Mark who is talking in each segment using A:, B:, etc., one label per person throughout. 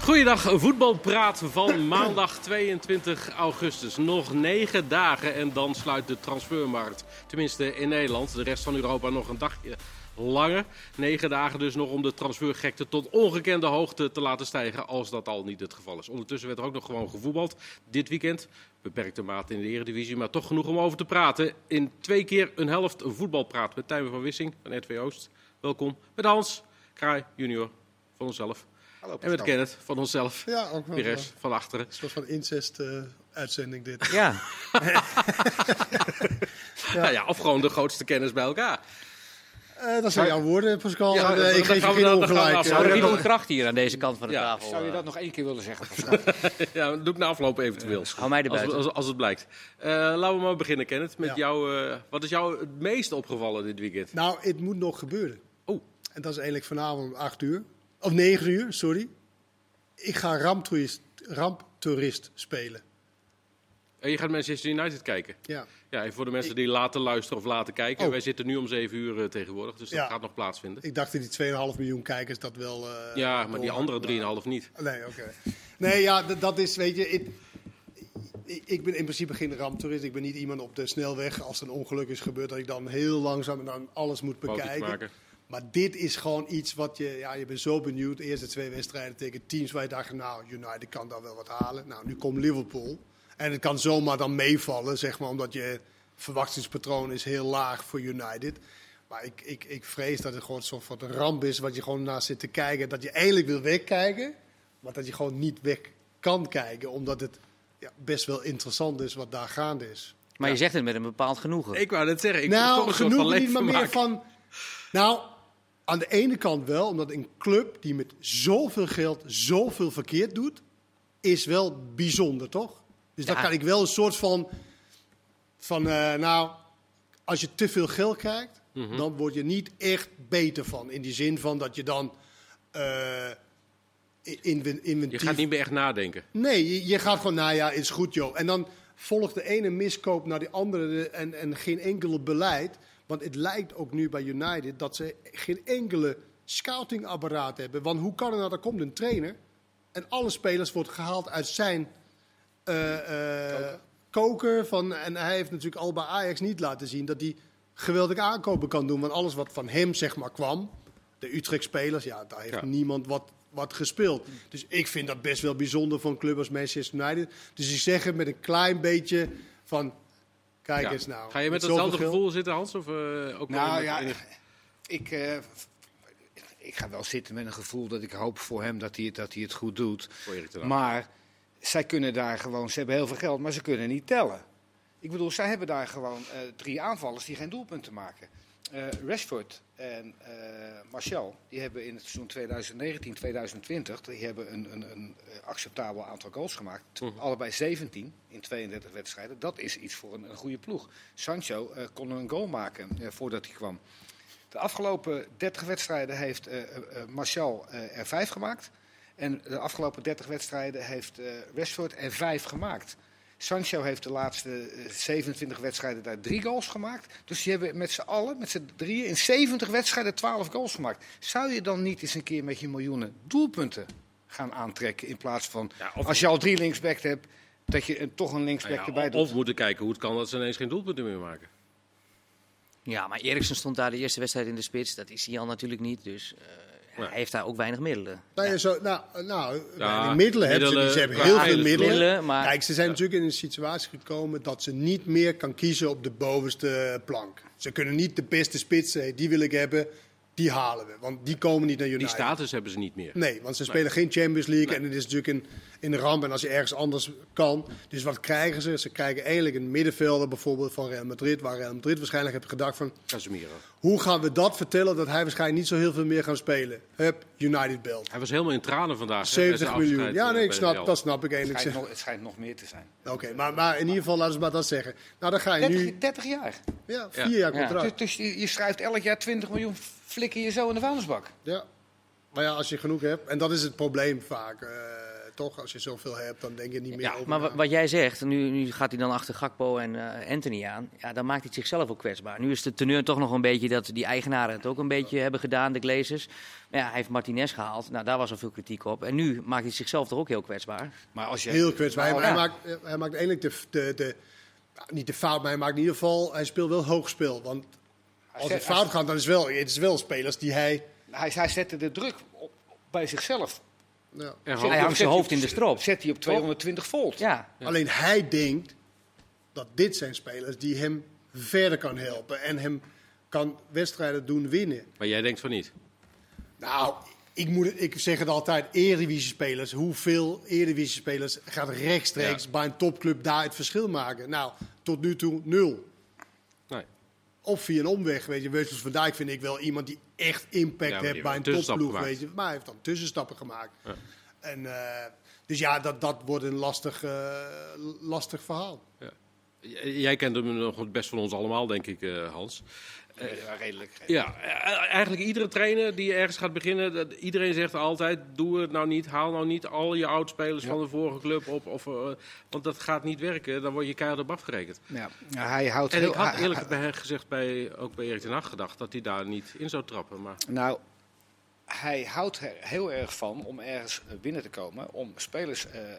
A: Goeiedag, voetbalpraat van maandag 22 augustus. Nog negen dagen en dan sluit de transfermarkt. Tenminste in Nederland, de rest van Europa nog een dagje langer. Negen dagen dus nog om de transfergekte tot ongekende hoogte te laten stijgen, als dat al niet het geval is. Ondertussen werd er ook nog gewoon gevoetbald dit weekend. Beperkte mate in de Eredivisie, maar toch genoeg om over te praten. In twee keer een helft voetbalpraat met Tijmen van Wissing van RTV Oost. Welkom met Hans Kraai junior van onszelf.
B: Hallo,
A: En met
B: Pascal.
A: Kenneth van onszelf.
B: Oh. Ja, ook wel. eh,
A: Pires
B: Een
A: van achteren.
B: soort van incest-uitzending dit.
C: Ja,
A: Nou ja, of gewoon de grootste kennis bij elkaar.
B: Eh, dat zijn jouw woorden, Pascal.
A: Ja,
B: Eh,
A: dan- dan
B: ik geef
A: gaan
B: je
A: we dat-
B: geen
A: dan gaan we
B: ongelijk.
A: afsluiten.
C: nou,
A: dat-
C: er is een kracht hier aan deze kant van de
A: Ja.
C: tafel.
D: Zou je
C: eh.
D: dat nog één keer willen zeggen? Pascal?
A: Ja, doe ik na afloop eventueel.
C: Hou mij
A: Als,
C: erbij.
A: als, als het blijkt. Eh, laten we maar beginnen, Kenneth. Met
B: Ja.
A: jou, eh, wat is jou het meest opgevallen dit weekend?
B: Nou, het moet nog gebeuren.
A: Oh.
B: En dat is eigenlijk vanavond om 8 uur. Of 9 uur, sorry. Ik ga ramptoerist, ramptoerist spelen.
A: Eh, je gaat Manchester United kijken.
B: Ja.
A: Ja, en voor de mensen die later luisteren of later kijken.
B: Oh.
A: Wij zitten nu om 7 uur eh, tegenwoordig, dus dat
B: Ja.
A: gaat nog plaatsvinden.
B: Ik dacht dat die 2,5 miljoen kijkers dat wel... eh,
A: Ja, maar die
B: door-
A: andere 3,5 niet.
B: Nee, oké. Nee, ja, d- dat is, weet je, ik, ik- ik ben in principe geen ramptoerist. Ik ben niet iemand op de snelweg, als er een ongeluk is gebeurd, dat ik dan heel langzaam en dan alles moet
A: Foto's
B: bekijken.
A: maken.
B: Maar dit is gewoon iets wat je, ja, je bent zo benieuwd. De eerste twee wedstrijden tegen teams waar je dacht, nou, United kan daar wel wat halen. Nou, nu komt Liverpool. En het kan zomaar dan meevallen, zeg maar, omdat je verwachtingspatroon is heel laag voor United. Maar ik, ik, ik vrees dat het gewoon een soort van een ramp is, wat je gewoon naast zit te kijken. Dat je eigenlijk wil wegkijken, maar dat je gewoon niet weg kan kijken, omdat het ja, best wel interessant is wat daar gaande is.
C: Maar je zegt het met een bepaald genoegen.
A: Ik wou net zeggen, ik moet toch
B: nou,
A: een soort van
B: genoeg niet, maar
A: leven
B: meer
A: maken.
B: van... Nou, aan de ene kant wel, omdat een club die met zoveel geld zoveel verkeerd doet, is wel bijzonder, toch? Dus
C: Ja.
B: daar kan ik wel een soort van... van eh, nou, als je te veel geld krijgt,
A: Mhm.
B: dan word je niet echt beter van. In die zin van dat je dan... eh, in- in-
A: Je
B: inventief
A: gaat niet meer echt nadenken.
B: Nee, je, je gaat gewoon, nou ja, is goed joh. En dan volgt de ene miskoop naar de andere en, en geen enkele beleid. Want het lijkt ook nu bij United dat ze geen enkele scoutingapparaat hebben. Want hoe kan het nou, daar komt een trainer en alle spelers wordt gehaald uit zijn eh, eh, koker. Van, en hij heeft natuurlijk al bij Ajax niet laten zien dat hij geweldig aankopen kan doen. Want alles wat van hem zeg maar kwam, de Utrecht-spelers, ja, daar heeft
A: Ja.
B: niemand wat, wat gespeeld. Dus ik vind dat best wel bijzonder van een club als Manchester United. Dus ik zeg het met een klein beetje van, kijk
A: Ja.
B: eens nou.
A: Ga je met
B: zoveel
A: hetzelfde
B: geld-
A: gevoel zitten, Hans? Of, eh, ook wel
D: nou
A: met
D: ja,
A: enig-
D: ik, eh, ik ga wel zitten met een gevoel dat ik hoop voor hem dat hij, het- dat hij het goed doet.
A: Voor Erik ten Hag.
D: Maar zij kunnen daar gewoon, ze hebben heel veel geld, maar ze kunnen niet tellen. Ik bedoel, zij hebben daar gewoon eh, drie aanvallers die geen doelpunten maken. Eh, Rashford en eh, Martial, die hebben in het seizoen 2019-2020 die hebben een, een, een eh, acceptabel aantal goals gemaakt. Allebei 17 in 32 wedstrijden. Dat is iets voor een, een goede ploeg. Sancho eh, kon een goal maken eh, voordat hij kwam. De afgelopen 30 wedstrijden heeft eh, eh, eh, Martial eh, er 5 gemaakt. En de afgelopen 30 wedstrijden heeft eh Rashford er 5 gemaakt. Sancho heeft de laatste eh, 27 wedstrijden daar 3 goals gemaakt. Dus die hebben met z'n allen, met z'n drieën, in 70 wedstrijden 12 goals gemaakt. Zou je dan niet eens een keer met je miljoenen doelpunten gaan aantrekken? In plaats van,
A: Ja, of-
D: als je al drie linksback hebt, dat je een- toch een linksback
A: Nou ja,
D: erbij
A: of-
D: doet.
A: of moeten kijken hoe het kan dat ze ineens geen doelpunten meer maken.
C: Ja, maar Eriksen stond daar de eerste wedstrijd in de spits. Dat is hij al natuurlijk niet. Dus eh,
A: Nee.
C: hij heeft daar ook weinig middelen.
B: Nou, ja, zo, nou, nou
A: Ja,
B: die middelen hebben ze.
A: middelen,
B: niet. Ze hebben
A: qua
B: heel veel
A: spelers.
B: middelen.
C: Middelen, maar-
B: Kijk, ze zijn natuurlijk in een situatie gekomen dat ze niet meer kan kiezen op de bovenste plank. Ze kunnen niet de beste spits, zeggen, die wil ik hebben, die halen we. Want die komen niet naar United.
A: Die status hebben ze niet meer.
B: Nee, want ze spelen geen Champions League en het is natuurlijk in, in de ramp. En als je ergens anders kan. Dus wat krijgen ze? Ze krijgen eigenlijk een middenvelder bijvoorbeeld van Real Madrid. Waar Real Madrid waarschijnlijk heeft gedacht van...
A: Casemiro.
B: Hoe gaan we dat vertellen dat hij waarschijnlijk niet zo heel veel meer gaat spelen? Hup, United belt.
A: Hij was helemaal in tranen vandaag. hè, bij zijn
B: 70 miljoen.
A: afscheid,
B: Ja,
A: eh,
B: nee, ik
A: bij
B: snap,
A: Real.
B: dat snap ik
D: het,
B: eigenlijk.
D: schijnt
B: Zeg-
D: nog, het schijnt nog meer te zijn.
B: Oké, maar, maar in ieder geval, laten we maar dat zeggen. Nou, dan ga je
D: 30,
B: nu
D: 30 jaar.
B: ja,
A: Ja.
B: vier jaar
C: Ja.
B: contract.
D: Dus, dus je, je schrijft elk jaar 20 miljoen flikker je zo in de vuilnisbak.
B: Ja. Maar ja, als je genoeg hebt. En dat is het probleem vaak. eh, toch, als je zoveel hebt, dan denk je niet meer
C: Ja,
B: over
C: maar
B: na.
C: wa- wat jij zegt, nu, nu gaat hij dan achter Gakpo en eh, Anthony aan. Ja, dan maakt hij het zichzelf ook kwetsbaar. Nu is de teneur toch nog een beetje dat die eigenaren het ook een beetje hebben gedaan, de Glazers. Maar ja, hij heeft Martinez gehaald. Nou, daar was al veel kritiek op. En nu maakt hij zichzelf toch ook heel kwetsbaar.
D: Maar als je,
B: Heel kwetsbaar. Hij,
D: Nou,
B: hij
C: ja.
B: maakt, eh, hij maakt eindelijk de, de, de- nou, niet de fout, maar hij maakt in ieder geval... Hij speelt wel hoogspel. Want als
D: zet-
B: het fout gaat, dan is wel, het is wel spelers die hij...
D: Hij, hij zette de druk op, op- bij zichzelf.
B: nou,
A: En
D: Zet
A: hoop-
D: hij
C: hangt
D: op- zet
C: zijn hoofd
D: hij op-
C: in de strop.
D: Zet hij op 220 volt.
C: Ja,
B: Alleen hij denkt dat dit zijn spelers die hem verder kan helpen. En hem kan wedstrijden doen winnen.
A: Maar jij denkt van niet.
B: Nou, ik, moet, het- ik zeg het altijd, Eredivisie-spelers. Hoeveel Eredivisie-spelers gaat rechtstreeks bij een topclub daar het verschil maken? Nou, tot nu toe nul.
A: Nee.
B: Of via een omweg, weet je. Wessels van Dijk vind ik wel iemand die echt
A: Ja, maar
B: impact
A: die
B: heeft
A: heeft
B: bij
A: een
B: een
A: tussenstap
B: topploeg,
A: gemaakt.
B: weet je. Maar hij heeft dan tussenstappen gemaakt. En, eh, dus ja, dat, dat wordt een lastig, eh, lastig verhaal.
A: J- Jij kent hem nog het best van ons allemaal, denk ik, eh, Hans.
D: Ja, redelijk.
A: Ja, eh, eigenlijk iedere trainer die ergens gaat beginnen, dat- iedereen zegt altijd: doe het nou niet, haal nou niet al je oudspelers van de vorige club op. Of, eh, want dat gaat niet werken, dan word je keihard op afgerekend.
D: Ja, hij houdt
A: En
D: heel,
A: ik had
D: hij-
A: eerlijk bij- gezegd bij, ook bij Erik ten Hag gedacht dat hij daar niet in zou trappen. Maar
D: Nou, hij houdt er heel erg van om ergens eh, binnen te komen. Om spelers eh, eh,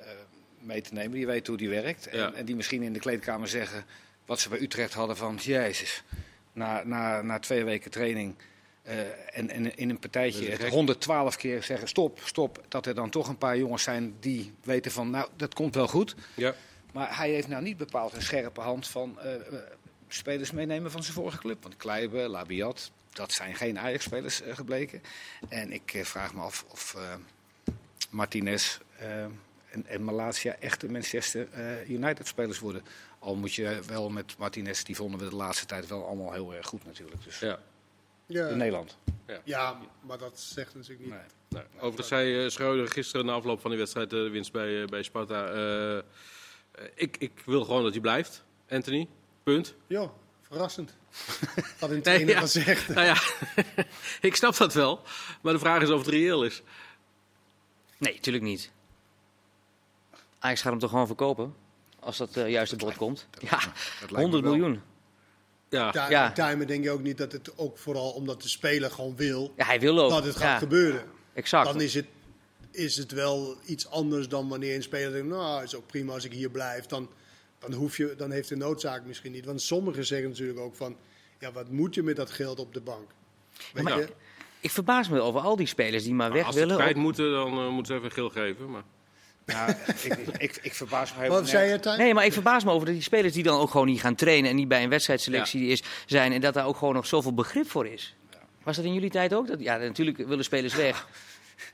D: mee te nemen die weten hoe die werkt. En,
A: Ja.
D: en die misschien in de kleedkamer zeggen wat ze bij Utrecht hadden van... Jezus, na, na, na twee weken training eh, en, en in een
A: Dat
D: partijtje
A: is
D: het
A: gek.
D: 112 keer zeggen stop, stop. Dat er dan toch een paar jongens zijn die weten van nou, dat komt wel goed.
A: ja,
D: Maar hij heeft nou niet bepaald een scherpe hand van eh, eh, spelers meenemen van zijn vorige club. Want Kleiber, Labiat, dat zijn geen Ajax-spelers eh, gebleken. En ik eh, vraag me af of eh, Martinez eh, en, en Malasia echte Manchester eh, United-spelers worden. Al moet je wel met Martinez, die vonden we de laatste tijd wel allemaal heel erg goed natuurlijk. Dus
A: ja.
D: in
B: Ja,
D: Nederland.
B: ja maar dat zegt natuurlijk niet.
D: Nee.
A: Nou, overigens zei eh, Schreuder gisteren na afloop van die wedstrijd, eh, de winst bij, eh, bij Sparta. eh, eh, ik, ik wil gewoon dat hij blijft, Anthony. Punt.
B: Ja, verrassend. dat een
A: Nee,
B: trainer
A: ja.
B: dat zegt.
A: Nou ja, ik snap dat wel. Maar de vraag is of het reëel is.
C: nee, tuurlijk niet. Ajax gaat hem toch gewoon verkopen? Als dat eh, juist op bod komt. Ja,
D: me
C: 100
D: wel.
C: miljoen.
A: Ja,
B: Ti-
C: Ja.
B: Timer denk je ook niet dat het ook vooral omdat de speler gewoon wil
C: Ja, hij wil ook.
B: dat het Nou, gaat
C: Ja,
B: gebeuren.
C: Exact.
B: Dan is het, is het wel iets anders dan wanneer een speler denkt, nou is ook prima als ik hier blijf. Dan, dan, hoef je, dan heeft de noodzaak misschien niet. Want sommigen zeggen natuurlijk ook van, ja wat moet je met dat geld op de bank? Weet
A: maar-
B: je?
C: Nou, Ik verbaas me over al die spelers die maar weg
A: Nou, als ze het
C: willen.
A: kwijt moeten, dan eh, moeten ze even geel geven. Maar
D: Nou, ik, ik, ik verbaas me heel
B: Wat zei
D: nergens.
B: je Timer?
C: Nee, maar ik verbaas me over dat die spelers die dan ook gewoon niet gaan trainen en niet bij een wedstrijdselectie is, zijn en dat daar ook gewoon nog zoveel begrip voor is. Was dat in jullie tijd ook? Dat, ja, natuurlijk willen spelers weg.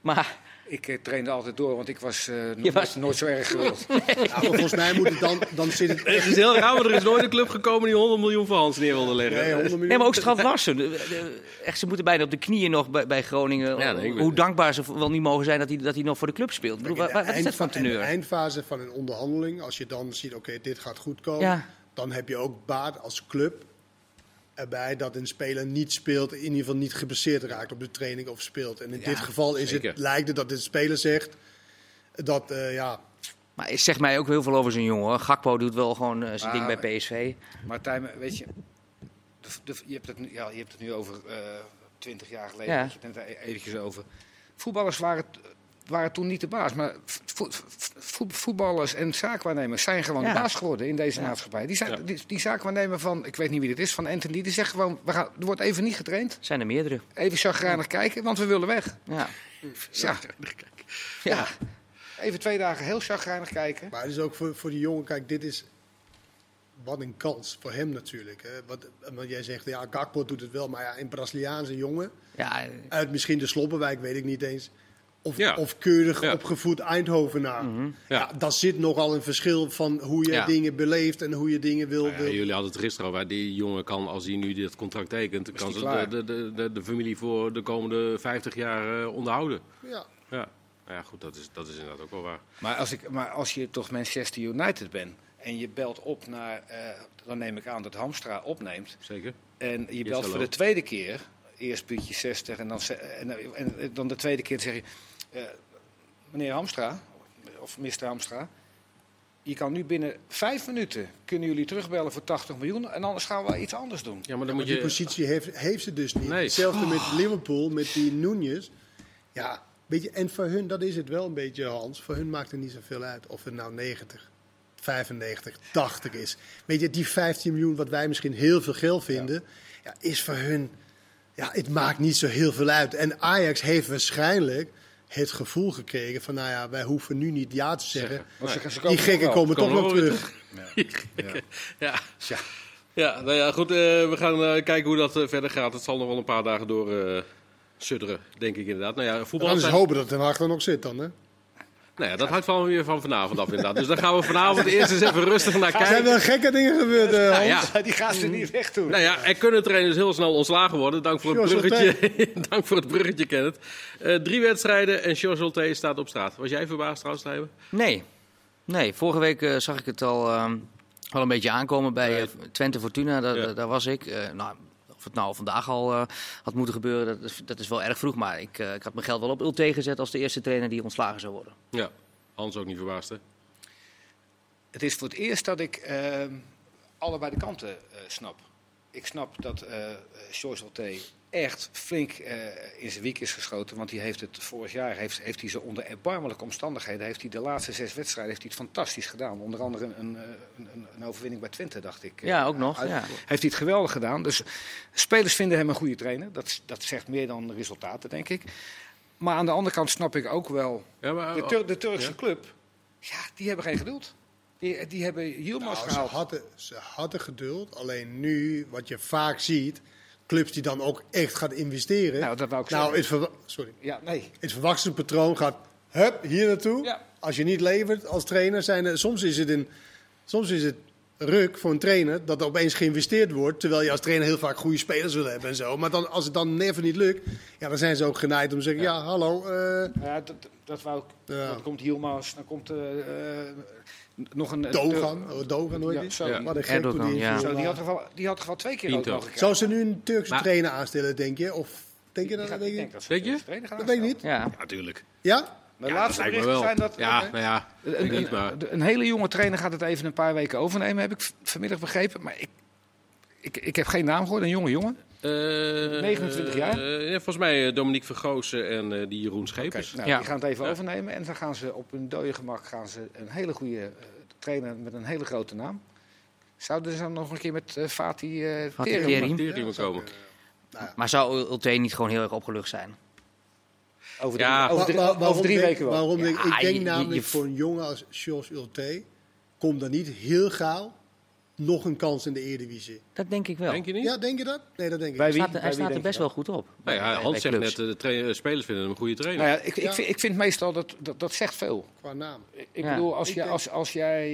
C: Maar
D: Ik eh, trainde altijd door, want ik was, eh,
C: Je
D: nooit,
C: was-
D: nooit zo erg gewild.
B: Ja, maar Ah, volgens mij moet het dan, dan zit het echt
A: het is heel raar, want er is nooit een club gekomen die 100 miljoen voor Hans neer wilde leggen.
B: nee, 100 miljoen.
C: Nee, maar ook straf Larsen. De- de- Echt, ze moeten bijna op de knieën nog bij, bij Groningen.
A: Ja, nee, ik weet
C: hoe
A: het.
C: dankbaar ze wel niet mogen zijn dat hij, dat hij nog voor de club speelt. Ik bedoel,
B: In
C: wa-
B: de
C: wa- wat is dat van
B: eindfa- in de
C: teneur?
B: eindfase van een onderhandeling, als je dan ziet, oké, dit gaat goed komen,
C: Ja.
B: dan heb je ook baat als club erbij dat een speler niet speelt, in ieder geval niet geblesseerd raakt op de training of speelt. En in dit geval is het,
A: zeker.
B: lijkt het dat de speler zegt dat, eh, ja,
C: Maar het zegt mij ook heel veel over zijn jongen. hoor. Gakpo doet wel gewoon eh, zijn
D: Ah,
C: ding bij PSV.
D: Maar Tijmen, weet je, de, de, je, hebt het nu, ja, je hebt het nu over eh, twintig jaar geleden.
C: Ja.
D: weet Je het net e- eventjes over. Voetballers waren, t- waren toen niet de baas. Maar vo- vo- vo- voetballers en zaakwaarnemers zijn gewoon
C: Ja.
D: de baas geworden in deze maatschappij. Die, zijn,
A: Ja.
D: die, die zaakwaarnemer van, ik weet niet wie dit is, van Anthony, die zegt gewoon, we gaan, er wordt even niet getraind.
C: Zijn er meerdere.
D: Even chagrijnig kijken, want we willen weg.
C: Ja.
D: Ja,
C: Ja.
D: even twee dagen heel chagrijnig kijken.
B: maar het is ook voor, voor die jongen, kijk, dit is wat een kans voor hem natuurlijk. Hè. Wat, want jij zegt, ja, Gakpo doet het wel, maar ja, een Braziliaanse jongen,
C: ja. eh,
B: uit misschien de Sloppenwijk, weet ik niet eens. Of,
A: Ja.
B: of keurig
A: Ja. Mhm.
B: opgevoed Eindhovenaar.
A: Ja.
B: ja. daar zit nogal een verschil van hoe je
C: Ja.
B: dingen beleeft en hoe je dingen wil.
A: Nou ja,
B: wil-
A: jullie hadden het gisteren over. Die jongen kan, als hij nu dit contract tekent, kan
D: die
A: ze de,
D: klaar.
A: de, de, de, de familie voor de komende 50 jaar eh, onderhouden.
B: ja.
A: Ja. Nou ja, goed, dat is, dat is inderdaad ook wel waar.
D: Maar als, ik, maar als je toch Manchester United bent en je belt op naar, eh, dan neem ik aan dat Hamstra opneemt.
A: Zeker.
D: En je belt voor
A: hallo.
D: de tweede keer. Eerst puntje 60 en dan, ze- en, en dan de tweede keer zeg je... eh, meneer Hamstra, of Mr. Amstra. Je kan nu binnen vijf minuten kunnen jullie terugbellen voor 80 miljoen. En anders gaan we iets anders doen.
A: Ja, maar dan moet
B: Die
A: je...
B: positie heeft, heeft ze dus niet.
A: Nee.
B: Hetzelfde met Liverpool, met die Nunez. Ja, weet je, en voor hun, dat is het wel een beetje, Hans. Voor hun maakt het niet zoveel uit of het nou 90, 95, 80 is. Weet je, die 15 miljoen, wat wij misschien heel veel geld vinden, ja. is voor hun... Ja, het maakt niet zo heel veel uit. En Ajax heeft waarschijnlijk het gevoel gekregen van... nou ja, wij hoeven nu niet ja te zeggen.
A: Zeggen.
D: Want ze- ze
B: Die
D: komen
B: gekken
D: wel.
B: komen toch
A: Komen
B: nog
A: wel weer
B: terug.
A: Ja.
D: Tja.
A: Ja, nou ja, goed. eh, we gaan eh, kijken hoe dat eh, verder gaat. Het zal nog wel een paar dagen door eh, sudderen, denk ik inderdaad. Nou ja, voetbal
B: Dan is
A: zijn-
B: hopen dat Den Haag er nog zit dan, hè?
A: Nou ja, dat hangt wel weer van vanavond af inderdaad. Dus daar gaan we vanavond eerst eens even rustig naar
B: Zijn
A: kijken.
B: er gekke dingen gebeurd, eh,
A: Nou
B: Hans?
A: ja,
D: Die gaan ze niet weg doen.
A: nou ja, er kunnen trainers heel snel ontslagen worden. Dank voor het
B: George Holte.
A: bruggetje, Dank voor het bruggetje Kenneth. Eh, drie wedstrijden en George Holte staat op straat. Was jij verbaasd trouwens, Leijmen?
C: Nee. Nee, vorige week eh, zag ik het al, ehm, al een beetje aankomen bij eh, Twente Fortuna. Daar,
A: Ja.
C: daar- daar was ik. Eh, nou, of het nou vandaag al eh, had moeten gebeuren, dat is, dat is wel erg vroeg. Maar ik, eh, ik had mijn geld wel op Ulte gezet als de eerste trainer die ontslagen zou worden.
A: Ja, Hans ook niet verbaasd hè?
D: Het is voor het eerst dat ik ehm, allebei de kanten eh, snap. Ik snap dat eh George Holte echt flink eh, in zijn wiek is geschoten. Want die heeft het vorig jaar heeft, heeft hij ze onder erbarmelijke omstandigheden. Heeft hij de laatste zes wedstrijden heeft hij het fantastisch gedaan. Onder andere een, een, eh, een, een overwinning bij Twente, dacht ik. eh,
C: Ja, ook nog.
D: uit-
C: Ja.
D: Heeft hij het geweldig gedaan. Dus spelers vinden hem een goede trainer. Dat, dat zegt meer dan resultaten, denk ik. Maar aan de andere kant snap ik ook wel
A: Ja,
B: Oh,
A: maar,
D: de, Tur- de Turkse
A: Ja.
D: club, ja, die hebben geen geduld. Die, die hebben Yilmaz
B: Nou, ze,
D: gehaald.
B: hadden, ze hadden geduld, alleen nu, wat je vaak ziet, clubs die dan ook echt gaan investeren.
D: Nou, dat wou ik
B: nou,
D: zeggen.
B: het, verwa- sorry.
D: Ja, nee.
B: het verwachtingspatroon gaat hup, hier naartoe.
D: Ja.
B: Als je niet levert als trainer, zijn er, soms, is het een, soms is het ruk voor een trainer dat er opeens geïnvesteerd wordt. Terwijl je als trainer heel vaak goede spelers wil hebben en zo. Maar dan, als het dan never niet lukt, ja, dan zijn ze ook geneigd om te zeggen: ja, hallo. eh,
D: Ja, dat, dat wou ik.
B: Ja.
D: Dan komt Yilmaz, dan komt eh, eh, nog een...
B: Dogan, oh, Dogan hoor je
D: Ja,
B: dit?
D: zo.
A: Ja.
B: Wat een gek hoe
C: Erdogan,
B: die
C: ja.
D: Zo, die had er wel, die had er wel twee keer ook
A: Pinto.
D: nog gekregen.
B: Zou ze nu een Turkse
A: Maar-
B: trainer aanstellen, denk je? Of denk je
D: Die
B: dat?
D: gaat-
B: Denk
D: ik
B: je?
D: denk dat ze
A: Denk je?
D: de trainer gaan
B: Dat weet ik niet.
D: aanstellen.
C: Ja.
A: natuurlijk.
B: Ja?
D: Mijn laatste berichten zijn dat...
A: Ja,
D: eh,
A: nou ja.
D: Een,
A: Niet waar.
D: een, een hele jonge trainer gaat het even een paar weken overnemen, heb ik v- vanmiddag begrepen. Maar ik, ik, ik heb geen naam gehoord, een jonge jongen.
A: Eh,
D: 29 jaar?
A: eh, ja, volgens mij eh, Dominique Vergozen en eh, die Jeroen
D: Kijk,
A: Schepers.
D: nou,
C: Ja.
D: Die gaan het even
A: Ja.
D: overnemen en dan gaan ze op hun dode gemak gaan ze een hele goede eh, trainer met een hele grote naam. Zouden ze dan nog een keer met eh Fatih eh,
C: Fatih
D: Terim-
C: Terim.
A: Tering moet komen.
B: eh,
C: Maar zou Ulte niet gewoon heel erg opgelucht zijn?
D: over drie,
A: Ja.
D: over drie-
B: Wa- wa- waarom
D: over drie
B: denk-
D: weken wel?
B: Waarom
C: Ja,
B: denk, ik denk
C: je- je-
B: namelijk
C: je-
B: voor een jongen als Jos Ulte, komt er niet heel gauw nog een kans in de Eredivisie.
C: Dat denk ik wel.
A: Denk je niet?
B: Ja, denk je dat? Nee, dat denk ik.
D: Bij
B: niet.
C: Hij
D: wie?
C: staat, er-
D: Bij
C: hij
D: wie
C: staat er
D: denk
C: best
D: je
C: wel goed op.
A: Nou ja,
C: Bij-
A: Hans
C: bij
A: zegt net,
C: clubs.
A: eh, de tra- eh, spelers vinden hem een goede trainer.
D: Nou ja, ik, ik,
B: Ja.
D: vind, ik vind meestal dat, dat dat zegt veel.
B: Qua naam.
D: Ik ik
C: Ja.
D: bedoel, als,
B: Ik
D: jij-
B: denk-
D: als, als jij.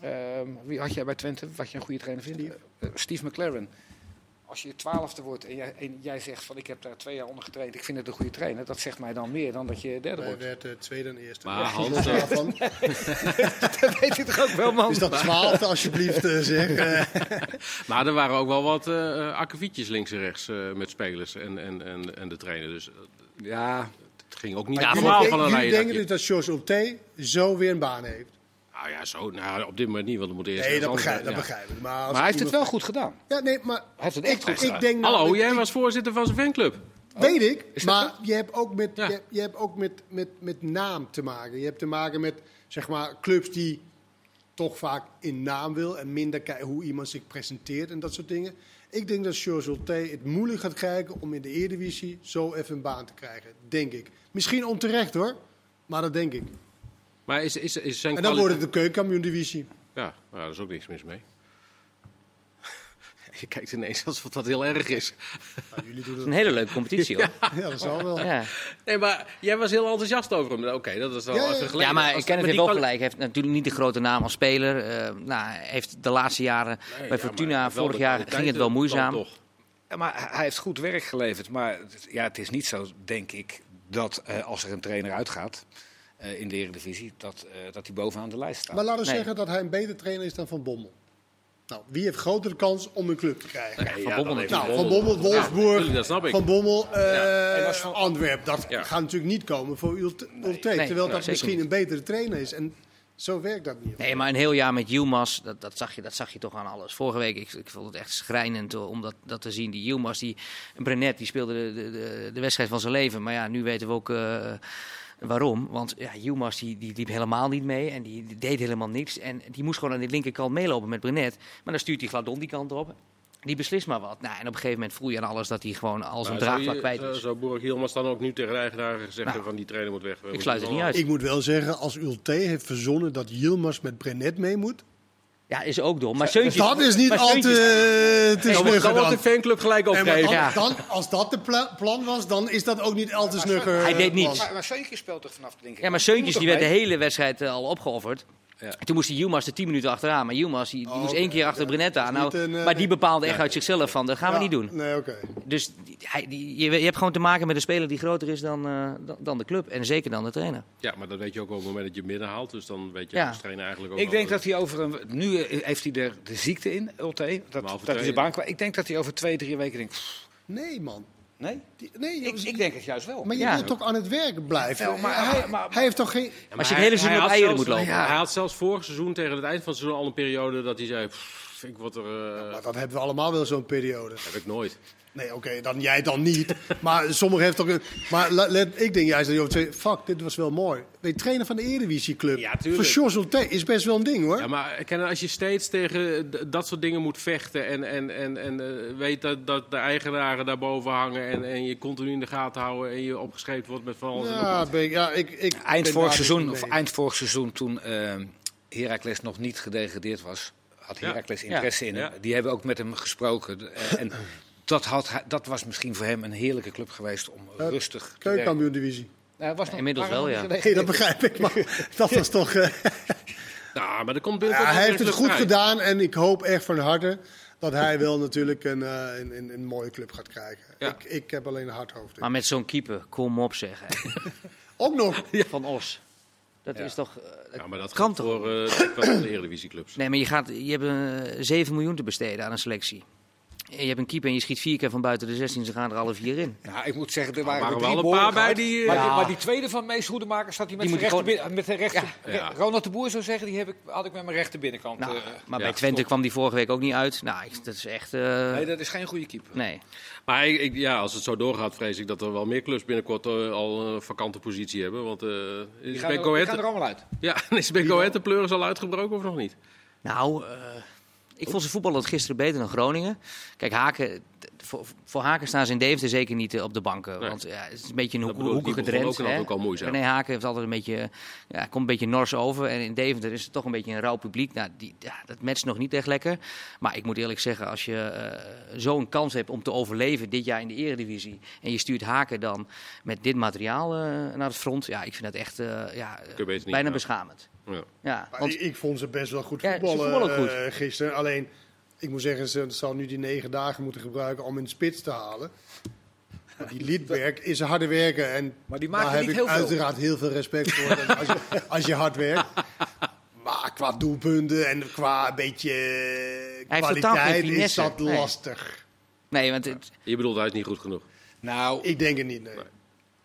D: eh, ehm, wie had jij bij Twente? Wat je een goede trainer vindt?
B: Steve.
D: Eh, Steve McLaren. Als je twaalfde wordt en jij, en jij zegt van ik heb daar twee jaar onder getraind, ik vind het een goede trainer, dat zegt mij dan meer dan dat je derde
B: Hij
D: wordt.
B: werd eh, tweede en eerste.
A: Maar Hans,
B: Ja,
A: eh,
B: van,
D: dat weet je toch ook wel, man?
B: is dat twaalfde alsjeblieft eh, zeg. Eh,
A: Maar er waren ook wel wat eh eh, akkefietjes links en rechts eh, met spelers en, en, en, en de trainer. Dus eh,
D: Ja,
A: het ging ook niet
B: Eh, jullie
A: allemaal
B: denk-
A: van een
B: Jullie
A: leien
B: denken
A: dakje.
B: dus dat Jos Ulte zo weer een baan heeft?
A: Nou ja, zo, nou, op dit moment niet, want er moet eerst... wat
B: Nee, dat
A: anders-
B: begrijp, dat
A: ja.
B: begrijp ik. Maar, als
D: maar hij heeft het
B: iemand-
D: wel goed gedaan.
B: Ja, nee, maar
D: Hij heeft het echt goed
B: ik, ik
D: gedaan.
B: denk
A: Hallo,
B: namelijk-
A: jij was voorzitter van zijn fanclub.
B: Weet
A: Oh,
B: ik, maar je hebt ook, met,
A: Ja.
B: je, je hebt ook met, met, met naam te maken. Je hebt te maken met zeg maar, clubs die toch vaak in naam wil en minder kijken hoe iemand zich presenteert en dat soort dingen. Ik denk dat George Ulte het moeilijk gaat krijgen om in de Eredivisie zo even een baan te krijgen, denk ik. Misschien onterecht hoor, maar dat denk ik.
A: Maar is, is, is zijn
B: En dan
A: kwali-
B: wordt het de keukenkampioen-divisie.
A: Ja, nou, daar is ook niks mis mee. Je kijkt ineens alsof dat heel erg is.
B: Nou, jullie doen
C: Het
B: dat.
C: is een hele leuke competitie hoor.
B: Ja, dat zal wel.
C: Ja,
B: Ja,
C: ja.
A: Nee, maar jij was heel enthousiast over hem. Oké, dat is wel
B: Ja, ja, ja.
A: even geleden.
C: maar
A: Als-
C: Kenneth heeft
A: die kwali-
C: wel gelijk. Hij heeft natuurlijk niet de grote naam als speler. Eh, nou, hij heeft de laatste jaren bij
A: Ja, maar
C: Fortuna,
A: wel
C: vorig
A: de
C: jaar,
A: kwaliteit
C: ging het wel
A: dan
C: moeizaam.
A: toch.
D: Ja, maar hij- hij heeft goed werk geleverd. Maar het- ja, het is niet zo, denk ik, dat eh, als er een trainer uitgaat eh, in de Eredivisie, dat, eh, dat hij bovenaan de lijst staat.
B: Maar laten we
C: Nee.
B: zeggen dat hij een beter trainer is dan Van Bommel. Nou, wie heeft grotere kans om een club te krijgen?
A: Ja,
C: Van
A: dan
C: Bommel
A: heeft
C: niet.
B: Nou,
A: hij
B: Van Bommel, Wolfsburg,
A: Ja, dat snap ik.
B: Van Bommel, eh,
D: En als Van-
B: Antwerp. Dat
A: Ja.
B: gaat natuurlijk niet komen voor Ulte, Ulte,
C: Nee,
B: terwijl dat
C: zeker
B: misschien
C: niet.
B: een betere trainer is. En zo werkt dat niet.
C: Nee, maar een heel jaar met Yilmaz, dat, dat, zag je, dat zag je toch aan alles. Vorige week, ik, ik vond het echt schrijnend eh, om dat, dat te zien. Die Yilmaz, die Brenet, die speelde de, de- de, de wedstrijd van zijn leven. Maar ja, nu weten we ook eh, waarom. Want ja, Yilmaz, die, die liep helemaal niet mee en die, die deed helemaal niks. En die moest gewoon aan die linkerkant meelopen met Brenet. Maar dan stuurt hij Gladon die kant op. Die beslist maar wat. Nou, en op een gegeven moment voel je aan alles dat hij gewoon al zijn draagvlak kwijt
A: Nou, Zou, eh,
C: is.
A: zou Boerak Hielmans dan ook nu tegen de eigenaar zeggen
C: Nou,
A: van die trainer moet weg?
C: ik sluit het niet uit.
B: Ik moet wel zeggen, als Ulte heeft verzonnen dat Yilmaz met Brenet mee moet,
C: Ja, is ook dom. Maar Seuntjes,
B: dat is niet
C: maar
B: al
C: Seuntjes-
B: te, te
A: Dan
B: snugger
A: wordt dan wordt
B: dan.
A: de fanclub gelijk
B: En maar
A: opgegeven.
B: dan,
C: Ja.
B: dan- als dat de pla- plan was, dan is dat ook niet al te snugger.
C: Hij
B: eh,
C: deed niets.
B: plan.
D: Maar, maar Seuntjes speelt toch vanaf de linkerkant?
C: Ja, maar Seuntjes die
D: Moet
C: werd
D: toch
C: de
D: mee?
C: hele wedstrijd eh, al opgeofferd.
A: Ja.
C: En Toen moest die Jumas er 10 minuten achteraan. Maar Jumas die, die
B: Oh,
C: moest
B: oké.
C: één keer achter Brenet aan.
B: is
C: Nou,
B: niet een, eh,
C: maar die
B: nee.
C: bepaalde echt uit zichzelf van, dat gaan we
B: Ja,
C: niet doen.
B: Nee, oké.
C: Dus die- hij, die, je, je hebt gewoon te maken met een speler die groter is dan, eh, dan, dan de club. En zeker dan de trainer.
A: Ja, maar dat weet je ook op het moment dat je hem binnenhaalt. Dus dan weet je
C: Ja.
A: als trainer eigenlijk ook
D: Ik
A: wel-
D: denk dat hij over een. Nu eh, heeft hij er de ziekte in, Ulte. Dat,
A: Maar over
D: dat hij
A: twee-
D: de baan kwijt. Ik denk dat hij over twee, drie weken denkt. pff,
B: Nee, man.
D: Nee?
B: Die- Nee,
D: Ik,
B: joh,
D: ik denk het juist wel.
B: maar je
C: Ja.
B: wilt toch aan het werk blijven?
D: Wel, maar-
B: hij,
D: maar- maar-
B: hij heeft toch geen...
A: Ja,
C: Als je
A: maar
C: het
A: hij-
C: hele seizoen
A: hij
C: op
A: had
C: eieren
A: zelfs-
C: moet lopen.
A: Hij had zelfs vorig seizoen tegen het eind van het seizoen al een periode dat hij zei... "Pff, Ik word er... eh,
B: Maar dat Nou, hebben we allemaal wel zo'n periode.
A: heb ik nooit.
B: Nee, oké, dan jij dan niet. maar sommigen heeft toch een. Maar la- let, ik denk juist dat je over twee. Fuck, dit was wel mooi. De trainer van de Eredivisie Club.
A: Ja, tuurlijk.
B: Voor Sjors Ulte is best wel een ding hoor.
A: Ja, maar eh, ken, als je steeds tegen d- dat soort dingen moet vechten en, en, en, en eh, weet dat, dat de eigenaren daarboven hangen en, en je continu in de gaten houden en je opgeschreven wordt met van alles. en nog wat.
B: Ja, ben ik, ja, ik, ik
D: Eind
B: ben
D: vorig,
B: daar
D: seizoen,
B: niet
D: of
B: mee.
D: eind vorig seizoen, toen eh, Heracles nog niet gedegradeerd was, had
A: Ja.
D: Heracles interesse in hem.
A: Ja.
D: Die hebben ook met hem gesproken. Eh, en dat, had, hij- dat was misschien voor hem een heerlijke club geweest om rustig te werken.
B: Keukenkampioen-divisie.
D: Nou, hij was nog-
C: Inmiddels
D: waren
C: wel,
D: nog
C: ja.
D: niet
B: Nee,
D: gedegradeerd.
B: dat begrijp ik. Maar dat was toch. eh,
A: Nou, maar dat komt binnen.
B: ja, hij heeft het goed gedaan en ik hoop echt van harte dat hij wel natuurlijk een, eh, een, een, een mooie club gaat krijgen.
A: Ja.
B: Ik, ik heb alleen een hard hoofd.
C: Maar met zo'n keeper, kom op zeggen.
B: Ook nog.
C: Van Os. Dat is toch... eh, dat-
A: Ja, maar dat
C: Kan
A: kan
C: toch?
A: voor eh, dik wel de Eredivisieclubs.
C: Nee, maar je, gaat, je hebt eh, 7 miljoen te besteden aan een selectie. En Je hebt een keeper en je schiet vier keer van buiten de 16. Ze gaan er alle vier in.
D: Nou, ik moet zeggen, er
A: Er
D: waren,
A: waren
D: drie
A: wel een paar
D: behoorlijk
A: bij
D: hard.
A: die... eh,
D: Maar, die,
C: Ja.
D: maar die tweede van Mees Goedemaker zat hij met
C: Die
D: zijn
C: moet
D: rechter,
C: je
D: binnen- met zijn rechter
A: Ja.
D: Re- Ronald de Boer zou zeggen, die heb ik, had ik met mijn rechter binnenkant.
C: Nou,
D: eh,
C: maar
A: ja,
C: bij Twente
D: klopt.
C: kwam die vorige week ook niet uit. Nou, ik- dat is echt... eh,
D: nee, dat is geen goede keeper.
C: nee.
A: Maar ik, ik- ja, als het zo doorgaat, vrees ik dat er wel meer clubs binnenkort eh, al een vakante positie hebben. Want eh
D: Die
A: is
D: gaan,
A: bij
D: er, die gaan er
A: Coët
D: allemaal uit.
A: ja, is bij Go Ahead de pleuris al uitgebroken of nog niet?
C: Nou, eh, ik vond ze voetballen het gisteren beter dan Groningen. Kijk, Haken, t- voor, voor Haken staan ze in Deventer zeker niet eh, op de banken.
A: Nee.
C: Want ja, het is een beetje een
A: Dat
C: hoek,
A: bedoel ik, die
C: hoekige
A: begon ook
C: drent.
A: en had
C: hè.
A: ook al moeizaam.
C: René Haken heeft altijd een beetje, ja, komt een beetje nors over. En in Deventer is het toch een beetje een rauw publiek. Nou, die, ja, dat matcht nog niet echt lekker. Maar ik moet eerlijk zeggen, als je eh, zo'n kans hebt om te overleven dit jaar in de eredivisie. En je stuurt Haken dan met dit materiaal eh, naar het front. Ja, ik vind dat echt eh, ja,
A: je beter niet,
C: bijna
A: ja.
C: beschamend.
A: Ja.
C: Ja,
B: Maar
C: want-
B: ik, ik vond ze best wel goed
C: Ja, ze
B: voetballen
C: voetballen ook
B: eh, gisteren. Alleen, ik moet zeggen, ze zou nu die negen dagen moeten gebruiken om in spits te halen. Maar Die Liedberg is harde werken. En
D: Maar die maken
B: daar heb
D: niet
B: ik
D: heel veel.
B: uiteraard heel veel respect voor. En als, je, als je hard werkt. Maar qua doelpunten en qua een beetje eh,
C: Hij heeft totaal geen
B: kwaliteit is
C: finesse.
B: dat
C: Nee.
B: lastig.
C: nee, want het,
A: Je bedoelt, hij is niet goed genoeg.
D: Nou,
B: Ik denk het niet, nee.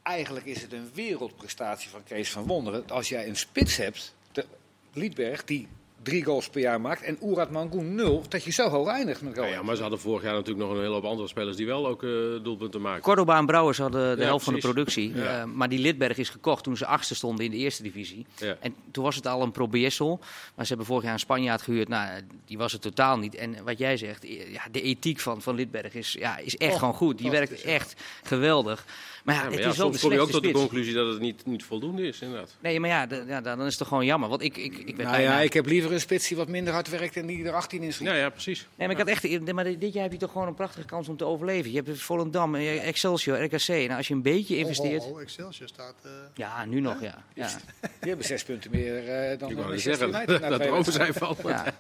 D: eigenlijk is het een wereldprestatie van Kees van Wonderen. Als jij een spits hebt, de Liedberg, die drie goals per jaar maakt, en Oerat Mangoen nul, dat je zo hoog eindigt met
A: Ja,
D: goal.
A: ja, maar ze hadden vorig jaar natuurlijk nog een hele hoop andere spelers die wel ook eh, doelpunten maken.
C: Cordoba en Brouwers hadden de
A: Ja,
C: helft van de
A: precies.
C: productie.
A: Ja.
C: Eh, maar die Lidberg is gekocht toen ze achtste stonden in de eerste divisie.
A: Ja.
C: En toen was het al een probeersel. Maar ze hebben vorig jaar een Spanjaard gehuurd. Nou, die was het totaal niet. En wat jij zegt, eh, ja, de ethiek van, van Lidberg is, ja, is echt gewoon goed. Die werkt echt geweldig. Maar ja,
A: Oh, Ja, maar
C: het
A: ja,
C: is wel de
A: soms kom je ook
C: slechtste
A: tot de
C: spits.
A: conclusie dat het niet, niet voldoende is, inderdaad.
C: Nee, maar ja, de- ja, dan is het toch gewoon jammer. Want ik, ik, ik werd
D: Nou
C: bijna...
D: ja, ik heb liever een spits die wat minder hard werkt en die er 18 in schiet.
A: Ja, ja, precies.
C: Nee, maar, ik had echt, maar dit jaar heb je toch gewoon een prachtige kans om te overleven. Je hebt Volendam, eh, Excelsior, RKC. Nou, als je een beetje investeert...
B: Oh, oh, oh, Excelsior staat... eh,
C: Ja, nu nog, ja. ja.
D: Die hebben zes punten meer eh, dan
A: Ik wou net
D: Manchester
A: zeggen
D: United Nou, na
A: dat
D: twee
A: er over zijn
D: wedstrijden.
A: van.
C: ja.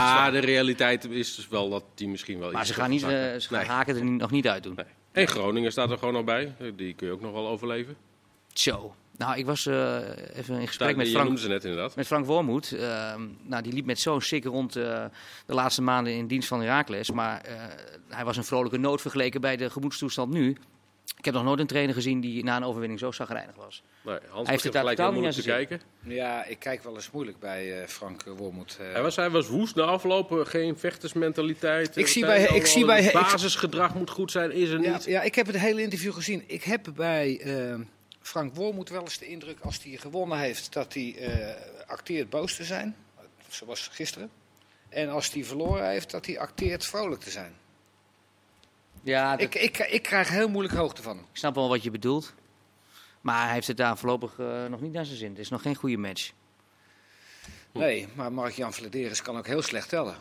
A: Maar de realiteit is dus wel dat die misschien wel
C: Maar
A: iets
C: ze gaan, niet, eh,
A: terugzakken.
C: ze gaan
A: Nee.
C: haken er niet- nog niet uit doen.
A: Nee. En Groningen staat er gewoon al bij. Die kun je ook nog wel overleven.
C: Zo. Nou, ik was eh, even in
A: Daar,
C: gesprek
A: die
C: met Frank,
A: noemden ze net inderdaad.
C: met Frank Wormoed. Eh, nou, die liep met zo'n sik rond eh, de laatste maanden in dienst van Herakles. Maar eh, hij was een vrolijke nood vergeleken bij de gemoedstoestand nu. Ik heb nog nooit een trainer gezien die na een overwinning zo zagrijnig was.
A: Nee, Hans
C: heeft
A: begint
C: het daar
A: gelijk
C: totaal
A: heel
C: niet
A: moeilijk te
C: naar
A: kijken.
D: Ja, ik kijk wel eens moeilijk bij eh, Frank Wormoed. eh.
A: Hij was, hij was woest na aflopen, geen vechtersmentaliteit.
D: Ik
A: eh,
D: zie
A: zei
D: bij-
A: al,
D: ik zie
A: al,
D: bij-
A: het
D: ik-
A: basisgedrag moet goed zijn, is er
D: ja,
A: niet.
D: ja, ik heb het hele interview gezien. Ik heb bij eh, Frank Wormoed wel eens de indruk, als hij gewonnen heeft, dat hij eh, acteert boos te zijn. Zoals gisteren. En als hij verloren heeft, dat hij acteert vrolijk te zijn.
C: Ja, dat-
D: Ik, ik, ik krijg heel moeilijk hoogte van hem.
C: ik snap wel wat je bedoelt. Maar hij heeft het daar voorlopig eh, nog niet naar zijn zin. Het is nog geen goede match. Hm.
D: Nee, maar Mark-Jan Vladeris kan ook heel slecht tellen.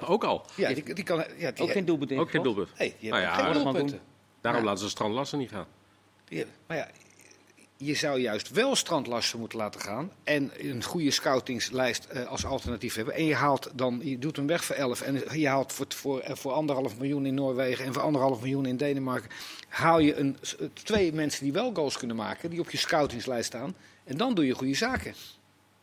A: Ook al.
D: Ja, die, die kan... Ja, die,
C: Ook geen doelpunt in.
A: Ook geen doelpunt.
D: Nee, die
A: Nou
D: hebben
A: ja,
D: geen
C: Hoornman
D: doelpunten.
A: Daarom
D: Ja.
A: laten ze Strand Lassen niet gaan.
D: Ja, maar ja, je zou juist wel strandlasten moeten laten gaan. En een goede scoutingslijst eh, als alternatief hebben. En je haalt dan, je doet hem weg voor 11. En je haalt voor, voor, eh, voor anderhalf miljoen in Noorwegen en voor anderhalf miljoen in Denemarken. Haal je een, s- eh, twee mensen die wel goals kunnen maken, die op je scoutingslijst staan. En dan doe je goede zaken.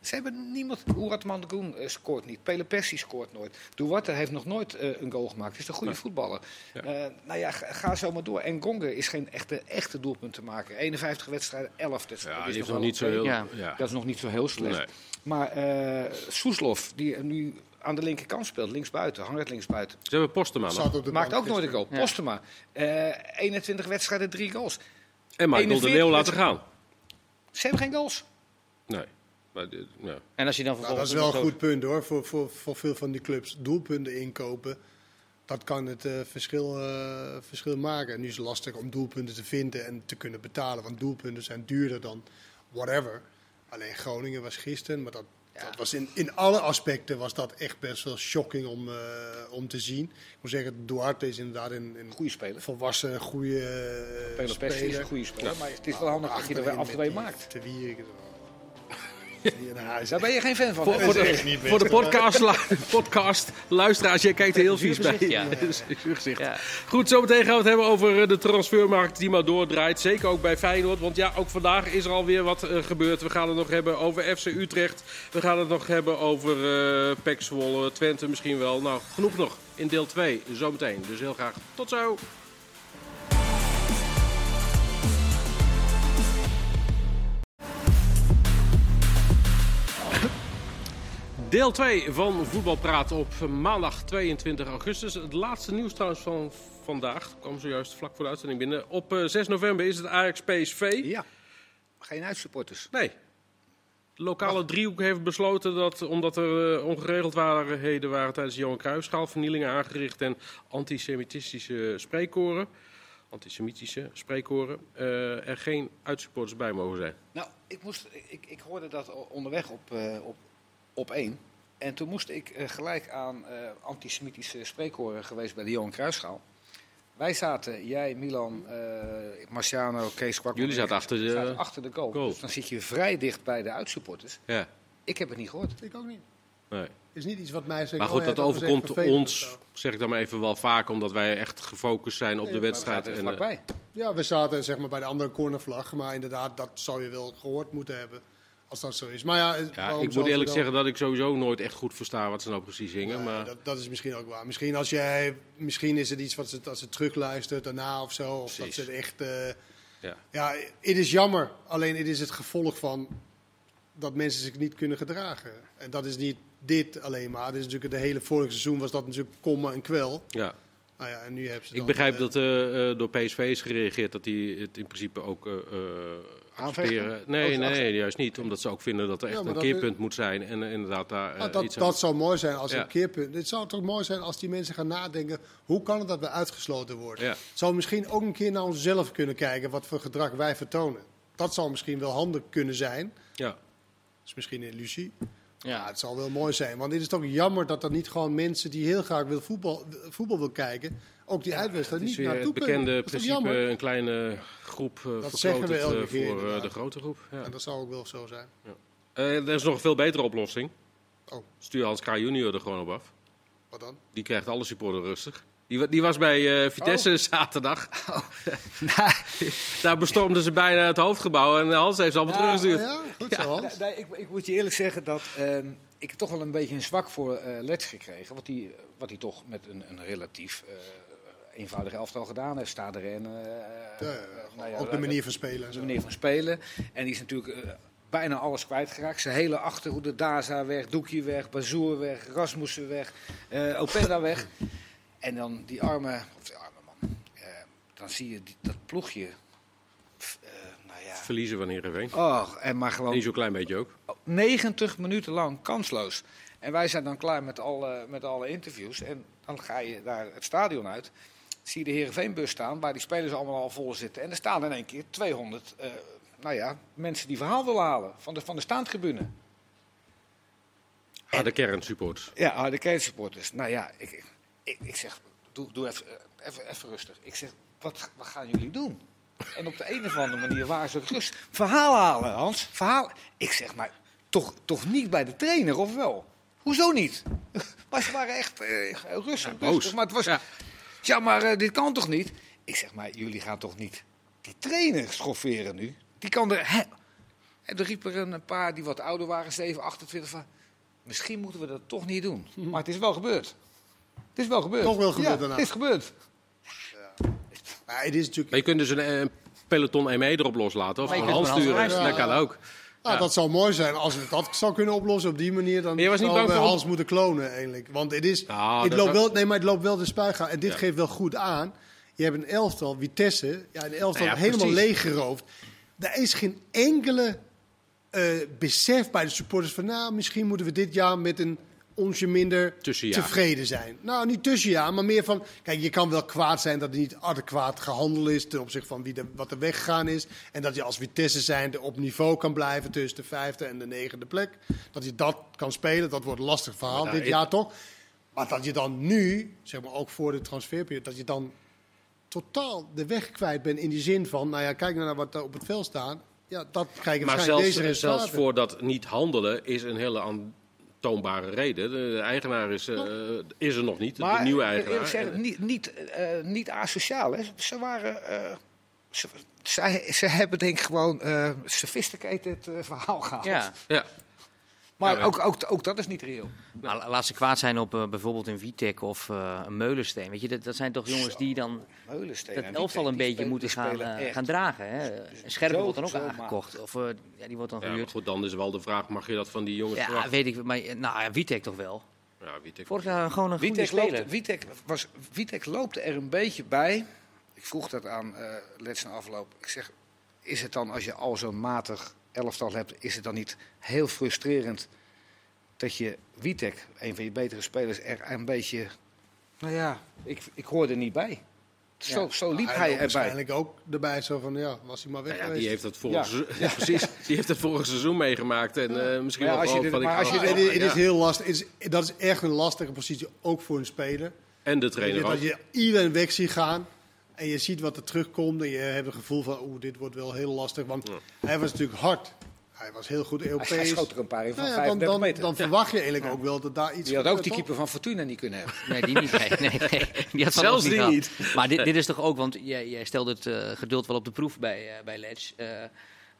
D: Ze hebben niemand. Oerat Mandagoen eh, scoort niet. Pele Persie scoort nooit. Duarte heeft nog nooit eh, een goal gemaakt. Is een goede voetballer. Eh, nou ja, ga, ga zo maar door. En Gonge is geen echte, echte doelpunt te maken. 51 wedstrijden, 11. Dat,
A: Ja,
D: dat
A: die
D: is
A: heeft
D: wel
A: nog niet zo
D: oké.
A: heel... Ja.
C: Ja.
D: Dat is nog niet zo heel slecht.
A: Nee.
D: Maar eh Soeslof, die nu aan de linkerkant speelt, linksbuiten, hangert linksbuiten.
A: Ze hebben Postema nog.
B: Zat op de
D: Maakt
B: bank
D: ook nooit een
B: gisteren.
D: goal.
C: Ja.
D: Postema. eh, 21 wedstrijden, 3 goals.
A: En Michael de
D: 41
A: Leeuw laten gaan.
D: Ze hebben geen goals.
A: Nee. Maar, dit- ja.
C: En als je dan
B: Nou, dat
C: vervolgens...
B: is wel een
C: nog zo-
B: goed punt hoor, voor, voor, voor veel van die clubs. Doelpunten inkopen, dat kan het eh, verschil, eh, verschil maken. En nu is het lastig om doelpunten te vinden en te kunnen betalen, want doelpunten zijn duurder dan whatever. Alleen Groningen was gisteren, maar dat, dat was in, in alle aspecten was dat echt best wel shocking om, eh, om te zien. Ik moet zeggen, Duarte is inderdaad een, een
D: Goede speler.
B: volwassen, goede eh,
D: Pele Persie is een
B: speler.
D: goede speler. Maar het is wel handig dat je er
B: Achterin
D: af en toe een
B: met die
D: maakt.
B: Te Wierik. Ja, nou, hij is
D: Daar ben je geen fan van.
A: Voor,
D: hè?
A: voor
B: is echt
A: de,
B: niet
A: voor de podcast, lu- podcast, luisteraars, jij kijkt er heel vies bij.
C: gezicht, ja.
A: Zuur gezicht.
C: Ja.
A: Goed, zometeen gaan we het hebben over eh, de transfermarkt die maar doordraait. Zeker ook bij Feyenoord, want ja, ook vandaag is er alweer wat eh, gebeurd. We gaan het nog hebben over FC Utrecht. We gaan het nog hebben over eh PEC Zwolle, Twente misschien wel. Nou, genoeg nog in deel 2, zometeen. Dus heel graag tot zo. Deel 2 van Voetbal Praat op maandag 22 augustus. Het laatste nieuws trouwens van vandaag kwam zojuist vlak voor de uitzending binnen. Op eh, 6 november is het Ajax PSV.
D: Ja. Geen uitsupporters.
A: Nee. De lokale driehoek heeft besloten dat, omdat er eh, ongeregeldheden waren tijdens de Johan Cruijffschaal, vernielingen aangericht en antisemitistische spreekkoren, antisemitische spreekkoren, eh, er geen uitsupporters bij mogen zijn.
D: Nou, ik, moest, ik, ik hoorde dat o- onderweg op, eh, op, op één. En toen moest ik eh, gelijk aan eh, antisemitische spreekhoren geweest bij de Johan Kruisschaal. Wij zaten, jij, Milan, eh, Marciano, Kees Kwak.
A: Jullie zaten achter de-
D: zaten achter de goal.
A: goal.
D: Dus dan zit je vrij dicht bij de uitsupporters.
A: Ja,
D: Ik heb het niet gehoord.
B: Ik ook niet.
A: nee.
B: is niet iets wat mij zegt.
A: Maar
B: oh
A: goed,
B: ja,
A: dat
B: was echt
A: overkomt
B: vervelend of
A: ons,
B: zo.
A: zeg ik dan maar even wel vaak, omdat wij echt gefocust zijn op de
D: Maar we
A: wedstrijd.
D: zaten er
A: en, eh,
D: vlakbij.
B: Ja, we zaten zeg maar, bij de andere cornervlag. Maar inderdaad, dat zou je wel gehoord moeten hebben. Als dat zo is. Maar ja, eh,
A: ja,
B: waarom
A: ik moet
B: zou
A: eerlijk
B: wel-
A: zeggen dat ik sowieso nooit echt goed versta wat ze nou precies zingen.
B: Ja,
A: maar...
B: dat, dat is misschien ook waar. Misschien, als jij, misschien is het iets wat ze, als ze terugluistert daarna of zo. Of
A: Precies.
B: dat ze het echt. eh,
A: Ja.
B: ja, het is jammer. Alleen het is het gevolg van dat mensen zich niet kunnen gedragen. En dat is niet dit alleen maar. Dit is natuurlijk het hele vorige seizoen was dat natuurlijk komma en kwel.
A: Ja.
B: Nou ja, en nu hebben ze
A: Ik
B: dan,
A: begrijp
B: eh,
A: dat eh, eh, door PSV is gereageerd dat die het in principe ook eh, eh, accepteren. Nee,
D: Oh,
A: nee, juist niet. Omdat ze ook vinden dat er echt
B: maar
A: een
B: dat
A: keerpunt moet zijn. En eh, inderdaad daar eh,
B: Nou, dat,
A: iets aan-
B: dat zou mooi zijn als
A: Ja.
B: een keerpunt. Het zou toch mooi zijn als die mensen gaan nadenken: hoe kan het dat we uitgesloten worden?
A: Ja.
B: Het Zou misschien ook een keer naar onszelf kunnen kijken wat voor gedrag wij vertonen. Dat zou misschien wel handig kunnen zijn. Dat
A: Ja.
B: is misschien een illusie. Maar
C: Ja,
B: het zal wel mooi zijn. Want het is toch jammer dat er niet gewoon mensen die heel graag wil voetbal, voetbal wil kijken, ook die uitwedstrijd
A: Het is
B: niet
A: weer
B: naartoe
A: het
B: kunnen.
A: bekende
B: Dat is toch
A: principe,
B: jammer?
A: een kleine groep eh vergroot
B: zeggen we
A: het, eh,
B: elke keer,
A: voor eh, de
B: inderdaad.
A: grote groep. Ja.
B: En dat zou ook wel zo zijn.
A: Eh, er is nog een veel betere oplossing.
B: Oh.
A: Stuur Hans K. junior er gewoon op af.
B: Wat dan?
A: Die krijgt alle supporter rustig. Die, wa- die was bij eh, Vitesse zaterdag. Daar bestormden ze bijna het hoofdgebouw en Hans heeft ze allemaal teruggestuurd.
B: Ah Ja, goed zo, Hans.
D: Nee, nee, ik, ik moet je eerlijk zeggen dat ehm, ik heb toch wel een beetje een zwak voor eh Let's gekregen. Wat hij wat die toch met een, een relatief eh eenvoudig elftal gedaan heeft. Staat erin. eh,
B: Ja, ja,
D: eh, nou ja,
B: Ook de manier van spelen. en
D: de
B: zo.
D: manier van spelen. En die is natuurlijk eh, bijna alles kwijtgeraakt. Zijn hele achterhoede, Daza weg, Doekje weg, Bazoer weg, Rasmussen weg, eh Openda weg. En dan die arme, of die arme man, eh, dan zie je die- dat ploegje. Pff, eh, nou ja. Oh,
A: Verliezen van Heerenveen.
D: Och, en maar gewoon
A: Niet zo'n klein beetje ook.
D: 90 minuten lang kansloos. En wij zijn dan klaar met alle, met alle interviews. En dan ga je daar het stadion uit. Zie je de Heerenveenbus staan, waar die spelers allemaal al vol zitten. En er staan in één keer 200 eh, nou ja, mensen die verhaal willen halen van de, van de staantribune.
A: Harde kernsupporters.
D: Ja, ah, harde ketensporters. Nou ja, ik- ik, ik, ik zeg, doe, doe even, eh, even, even rustig. Ik zeg, wat, wat gaan jullie doen? En op de een of andere manier waren ze rust. Verhaal halen, Hans. Verhaal. Ik zeg, maar toch, toch niet bij de trainer, of wel? Hoezo niet? Maar ze waren echt eh, rustig, rustig. Maar het was,
A: Ja.
D: ja, maar eh, dit kan toch niet? Ik zeg, maar jullie gaan toch niet die trainer schofferen nu? Die kan er... hè? En er riepen er een paar die wat ouder waren, 7, 28, van... Misschien moeten we dat toch niet doen. Maar het is wel gebeurd. Het is wel gebeurd.
B: Toch wel gebeurd
D: Ja,
B: daarna.
D: Het is gebeurd.
B: Maar het is natuurlijk...
A: Maar je kunt dus een, eh, een peloton ME erop loslaten of
C: Maar je
A: een
C: kunt
A: hand
C: hem
A: sturen. Dat
C: Hans
A: kan ook.
B: Nou, dat zou mooi zijn als we dat zou kunnen oplossen op die manier. Dan
A: Maar je was niet
B: zouden
A: bang
B: we
A: voor-
B: Hans moeten klonen eigenlijk. Want het is...
A: Nou,
B: het
A: dat-
B: loopt
A: dat-
B: wel, nee, maar het loopt wel de spuigaan. En dit geeft wel goed aan. Je hebt een elftal, Vitesse. Ja, een elftal
A: Nou ja,
B: helemaal
A: precies.
B: leeggeroofd. Daar is geen enkele eh, besef bij de supporters van... Nou, misschien moeten we dit jaar met een onsje minder
A: Tussenjaar.
B: tevreden zijn. Nou, niet tussenjaar, maar meer van... Kijk, je kan wel kwaad zijn dat er niet adequaat gehandeld is... ten opzichte van wie er, wat er weggegaan is. En dat je als Vitesse zijnde op niveau kan blijven tussen de vijfde en de negende plek. Dat je dat kan spelen, dat wordt een lastig verhaal
A: Maar
B: dit
A: daar-
B: jaar toch? Maar dat je dan nu, zeg maar ook voor de transferperiode... dat je dan totaal de weg kwijt bent in die zin van... nou ja, kijk nou naar wat er op het veld staat. Ja, dat krijg je
A: Maar
B: waarschijnlijk
A: zelfs,
B: deze resultaten.
A: zelfs voor dat niet handelen is een hele aantoonbare reden. De, de eigenaar is, eh, is er nog niet, de nieuwe
D: ik wil
A: eigenaar.
D: eerlijk zeggen, niet, niet, eh, niet asociaal. Hè. Ze waren. eh, ze, zij- ze hebben denk ik gewoon eh sophisticated eh, verhaal
B: Ah,
D: gehaald.
C: Ja.
A: ja.
D: Maar
A: Ja,
D: ook, ook, ook dat is niet reëel.
C: Nou, la- laat ze kwaad zijn op eh, bijvoorbeeld een Vitek of eh, een Meulensteen. Weet je, dat, dat zijn toch jongens die dan
D: Meulensteen.
C: dat
D: en
C: elftal een
D: Witek, die
C: beetje
D: spelen-
C: moeten
D: die spelen
C: gaan, eh,
D: echt.
C: gaan dragen. Hè. Scherpen
D: zo-
C: wordt dan ook
D: zo
C: aangekocht. Of eh, ja, die wordt dan
A: Ja, maar
C: gehuurd.
A: goed, dan is wel de vraag, mag je dat van die jongens
C: Ja,
A: verwachten?
C: weet ik. Maar eh, nou, ja, Witek toch wel.
A: Ja, weet ik.
C: Vorig jaar gewoon een goede
D: Witek
C: speler.
D: loopt, Witek, was, Witek loopt er een beetje bij. Ik vroeg dat aan eh Lets na afloop. Ik zeg, is het dan als je al zo'n matig elftal hebt... is het dan niet heel frustrerend dat je Witek, een van je betere spelers... er een beetje... Nou ja, ik, ik hoor er niet bij. Zo,
C: Ja.
D: zo liep
B: Nou, Hij
D: hij
B: loopt
D: erbij.
B: waarschijnlijk ook erbij zo van, ja, was hij maar weg
A: Nou ja,
B: geweest.
A: die heeft dat vorig,
D: Ja.
A: seizoen, ja, precies, die heeft het vorig seizoen meegemaakt. En eh, misschien
D: Ja,
A: wel
D: als je
A: gewoon van,
D: dit-
A: ik
D: maar
A: ga
D: als je
A: wel
B: Maar
D: dit-
B: het,
A: weg,
B: is- het is
A: Oh, ja.
B: heel lastig. Het is- dat is echt een lastige positie, ook voor een speler.
A: En de
B: Dat je-
A: trainer ook.
B: Dat je iedereen weg ziet gaan. En je ziet wat er terugkomt. En je hebt het gevoel van, oeh, dit wordt wel heel lastig. Want hij was natuurlijk hard. Hij was heel goed Europees.
D: Hij, hij schoot er een paar in van
B: Nou ja, dan,
D: 35
B: dan,
D: meter.
B: dan verwacht je eigenlijk ook wel dat daar iets
D: die had ook
B: gebeurt,
D: die
B: toch?
D: keeper van Fortuna niet kunnen hebben.
C: Nee, die niet. Nee, nee, nee. Die had Van
A: Zelfs
C: ons
A: die
C: gehad.
A: niet.
C: Maar dit, dit is toch ook, want jij, jij stelde het eh, geduld wel op de proef bij, eh, bij Letch. Eh,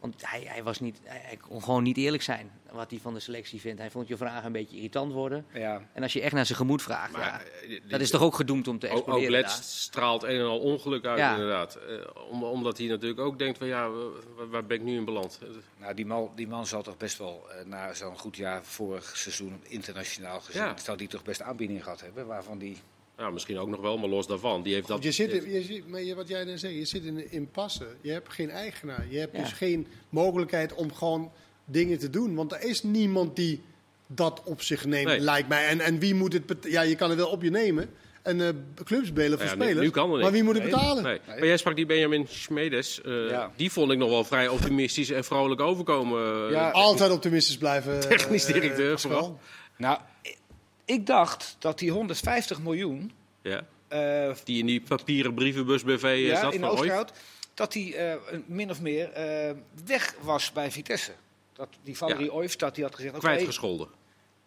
C: want hij, hij, was niet, hij, hij kon gewoon niet eerlijk zijn wat hij van de selectie vindt. Hij vond je vragen een beetje irritant worden.
D: Ja.
C: En als je echt naar zijn gemoed vraagt,
A: Maar,
C: ja,
A: eh, dit-
C: dat is toch ook gedoemd om te
A: Ook, ook
C: exploderen.
A: Let's straalt een en al ongeluk uit,
C: Ja.
A: inderdaad. Eh, om- omdat hij natuurlijk ook denkt van, ja, waar, waar ben ik nu in beland?
D: Nou, die man, die man zal toch best wel eh, na zo'n goed jaar vorig seizoen internationaal gezien,
A: Ja.
D: zal die toch best aanbiedingen gehad hebben waarvan die.
A: Ja, misschien ook nog wel, maar los daarvan. Die heeft dat,
B: Want je zit, in- je zit, maar je- wat jij net zegt, je zit in een impasse. Je hebt geen eigenaar. Je hebt
C: Ja.
B: dus geen mogelijkheid om gewoon dingen te doen. Want er is niemand die dat op zich neemt,
A: Nee.
B: lijkt mij. En, en wie moet het bet- Ja, je kan het wel op je nemen. En eh clubs bellen voor
A: Nou Ja, nu-
B: spelers.
A: nu kan er
B: maar
A: niks.
B: wie moet het betalen?
A: Nee. Maar jij sprak die Benjamin Schmedes. eh,
D: Ja.
A: Die vond ik nog wel vrij optimistisch en vrolijk overkomen.
D: Ja.
B: Altijd optimistisch blijven. eh,
A: Technisch
B: eh,
A: directeur
B: Pascal.
A: vooral.
D: Nou, ik, ik dacht dat die 150 miljoen
A: Ja.
D: eh,
A: Die in die papieren brievenbus BV eh,
D: ja,
A: zat
D: in
A: van Ooit.
D: Oostgoud, dat die eh, een- min of meer eh, weg was bij Vitesse. Dat die Valerie
A: Ja.
D: Oyf dat die had gezegd, oké,
A: Kwijtgescholden.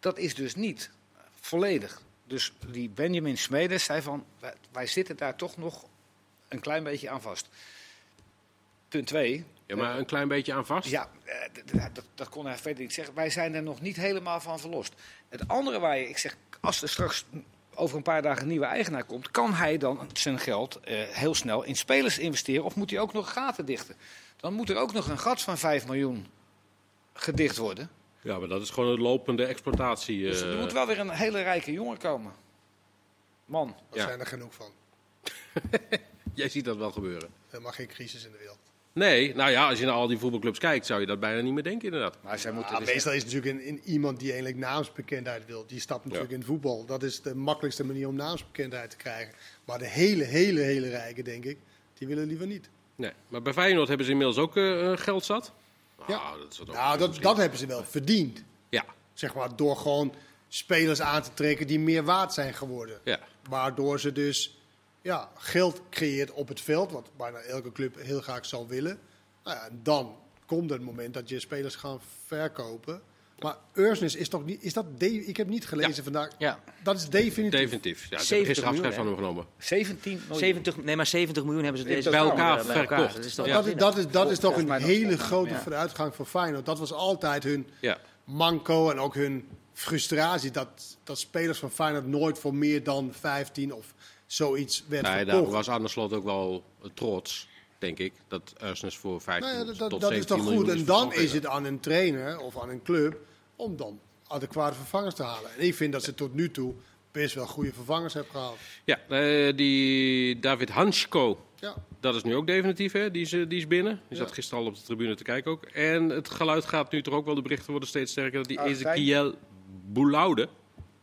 D: dat is dus niet volledig. Dus die Benjamin Smedes zei van, wij, wij zitten daar toch nog een klein beetje aan vast. Punt 2.
A: Ja, maar een klein beetje aan vast.
D: Ja, eh, d- d- dat, dat kon hij verder niet zeggen. Wij zijn er nog niet helemaal van verlost. Het andere waar je, ik zeg, als er straks over een paar dagen een nieuwe eigenaar komt, kan hij dan zijn geld eh, heel snel in spelers investeren? Of moet hij ook nog gaten dichten? Dan moet er ook nog een gat van 5 miljoen gedicht worden.
A: Ja, maar dat is gewoon een lopende exploitatie.
D: Dus er
A: eh.
D: moet wel weer een hele rijke jongen komen. Man.
B: Er
A: Ja.
B: zijn er genoeg van.
A: Jij ziet dat wel gebeuren.
B: Er mag geen crisis in de wereld.
A: Nee, nou ja, als je naar al die voetbalclubs kijkt, zou je dat bijna niet meer denken inderdaad.
D: Maar zij moeten
B: Ah,
D: dus-
B: meestal is het natuurlijk in, in iemand die eigenlijk naamsbekendheid wil. Die stapt natuurlijk
A: Ja.
B: in het voetbal. Dat is de makkelijkste manier om naamsbekendheid te krijgen. Maar de hele, hele, hele rijken, denk ik, die willen liever niet.
A: Nee. Maar bij Feyenoord hebben ze inmiddels ook eh, eh, geld zat.
B: Ja.
A: Nou, dat is wat ook-
B: Nou, dat, dat hebben ze wel verdiend.
A: Ja,
B: Zeg maar, door gewoon spelers aan te trekken die meer waard zijn geworden.
A: ja.
B: Waardoor ze dus ja, geld creëert op het veld, wat bijna elke club heel graag zou willen. Nou ja, dan komt het moment dat je spelers gaan verkopen. Maar Ursnes is toch niet. Is dat de- ik heb niet gelezen
A: Ja.
B: vandaag.
C: Ja.
B: Dat is definitief.
A: definitief. Ja, ze
C: 70
A: hebben gisteren afscheid van hem
C: miljoen,
A: genomen.
D: 17 miljoen.
C: 70, nee, maar 70 miljoen hebben ze
D: Bij
C: deze
D: elkaar
C: zomer, eh,
A: verkocht.
C: Dat is toch
B: Dat,
A: Ja.
B: is, dat, is, dat is toch
D: Volgens
B: een
D: mij nog
B: hele
D: steeds aan,
B: grote
D: ja.
B: vooruitgang voor Feyenoord. Dat was altijd hun
A: Ja.
B: manco en ook hun frustratie. Dat, dat spelers van Feyenoord nooit voor meer dan 15 of zoiets werden
A: Nee, daar
B: verkocht.
A: was aan de slot ook wel eh, trots, denk ik, dat Ursnes voor 15
B: Nou ja, dat- dat
A: tot
B: dat is
A: 17
B: toch
A: miljoen
B: goed. En dan
A: verkocht.
B: is het aan een trainer of aan een club om dan adequate vervangers te halen. En ik vind dat ze tot nu toe best wel goede vervangers hebben gehaald.
A: Ja, eh, die David Hansko,
B: Ja.
A: dat is nu ook definitief, hè? Die, is, eh, die is binnen. Die zat gisteren al op de tribune te kijken ook. En het geluid gaat nu toch ook wel, de berichten worden steeds sterker, dat die
D: Artijn.
A: Ezekiel Bouloude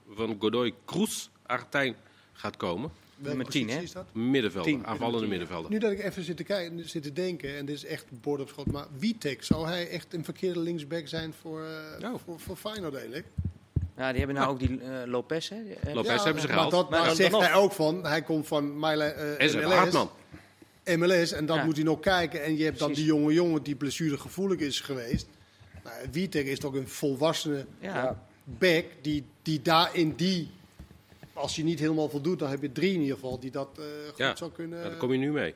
A: van Godoy Cruz, Artijn, gaat komen.
B: Welke
C: Nummer 10,
B: positie
C: hè?
B: is dat?
A: Middenvelder,
D: Tien.
A: aanvallende middenvelder.
B: Nu dat ik even zit te, kijken, zit te denken, en dit is echt bord op schot, maar Witek, zou hij echt een verkeerde linksback zijn voor, eh,
C: Oh.
A: Nou.
B: voor, voor Feyenoord eigenlijk?
A: Oh,
C: Ja, die hebben nou ook die eh, Lopez, hè? Die, eh,
A: Lopez hebben ze gehaald.
B: Maar dat
C: Maar
B: maar
C: dan
B: zegt
C: nog.
B: hij ook van, hij komt van Mile, eh,
A: en ze hebben
B: MLS.
A: Hartman.
B: MLS en dan
C: Ja.
B: moet hij nog kijken. En je hebt dan
C: Precies.
B: die jonge jongen die blessuregevoelig is geweest. Nou, Witek is toch een volwassene
C: Ja.
B: back die, die daar in die... Als je niet helemaal voldoet, dan heb je drie in ieder geval die dat eh, goed
A: Ja.
B: zou
A: Ja,
B: kunnen...
A: daar kom je nu mee.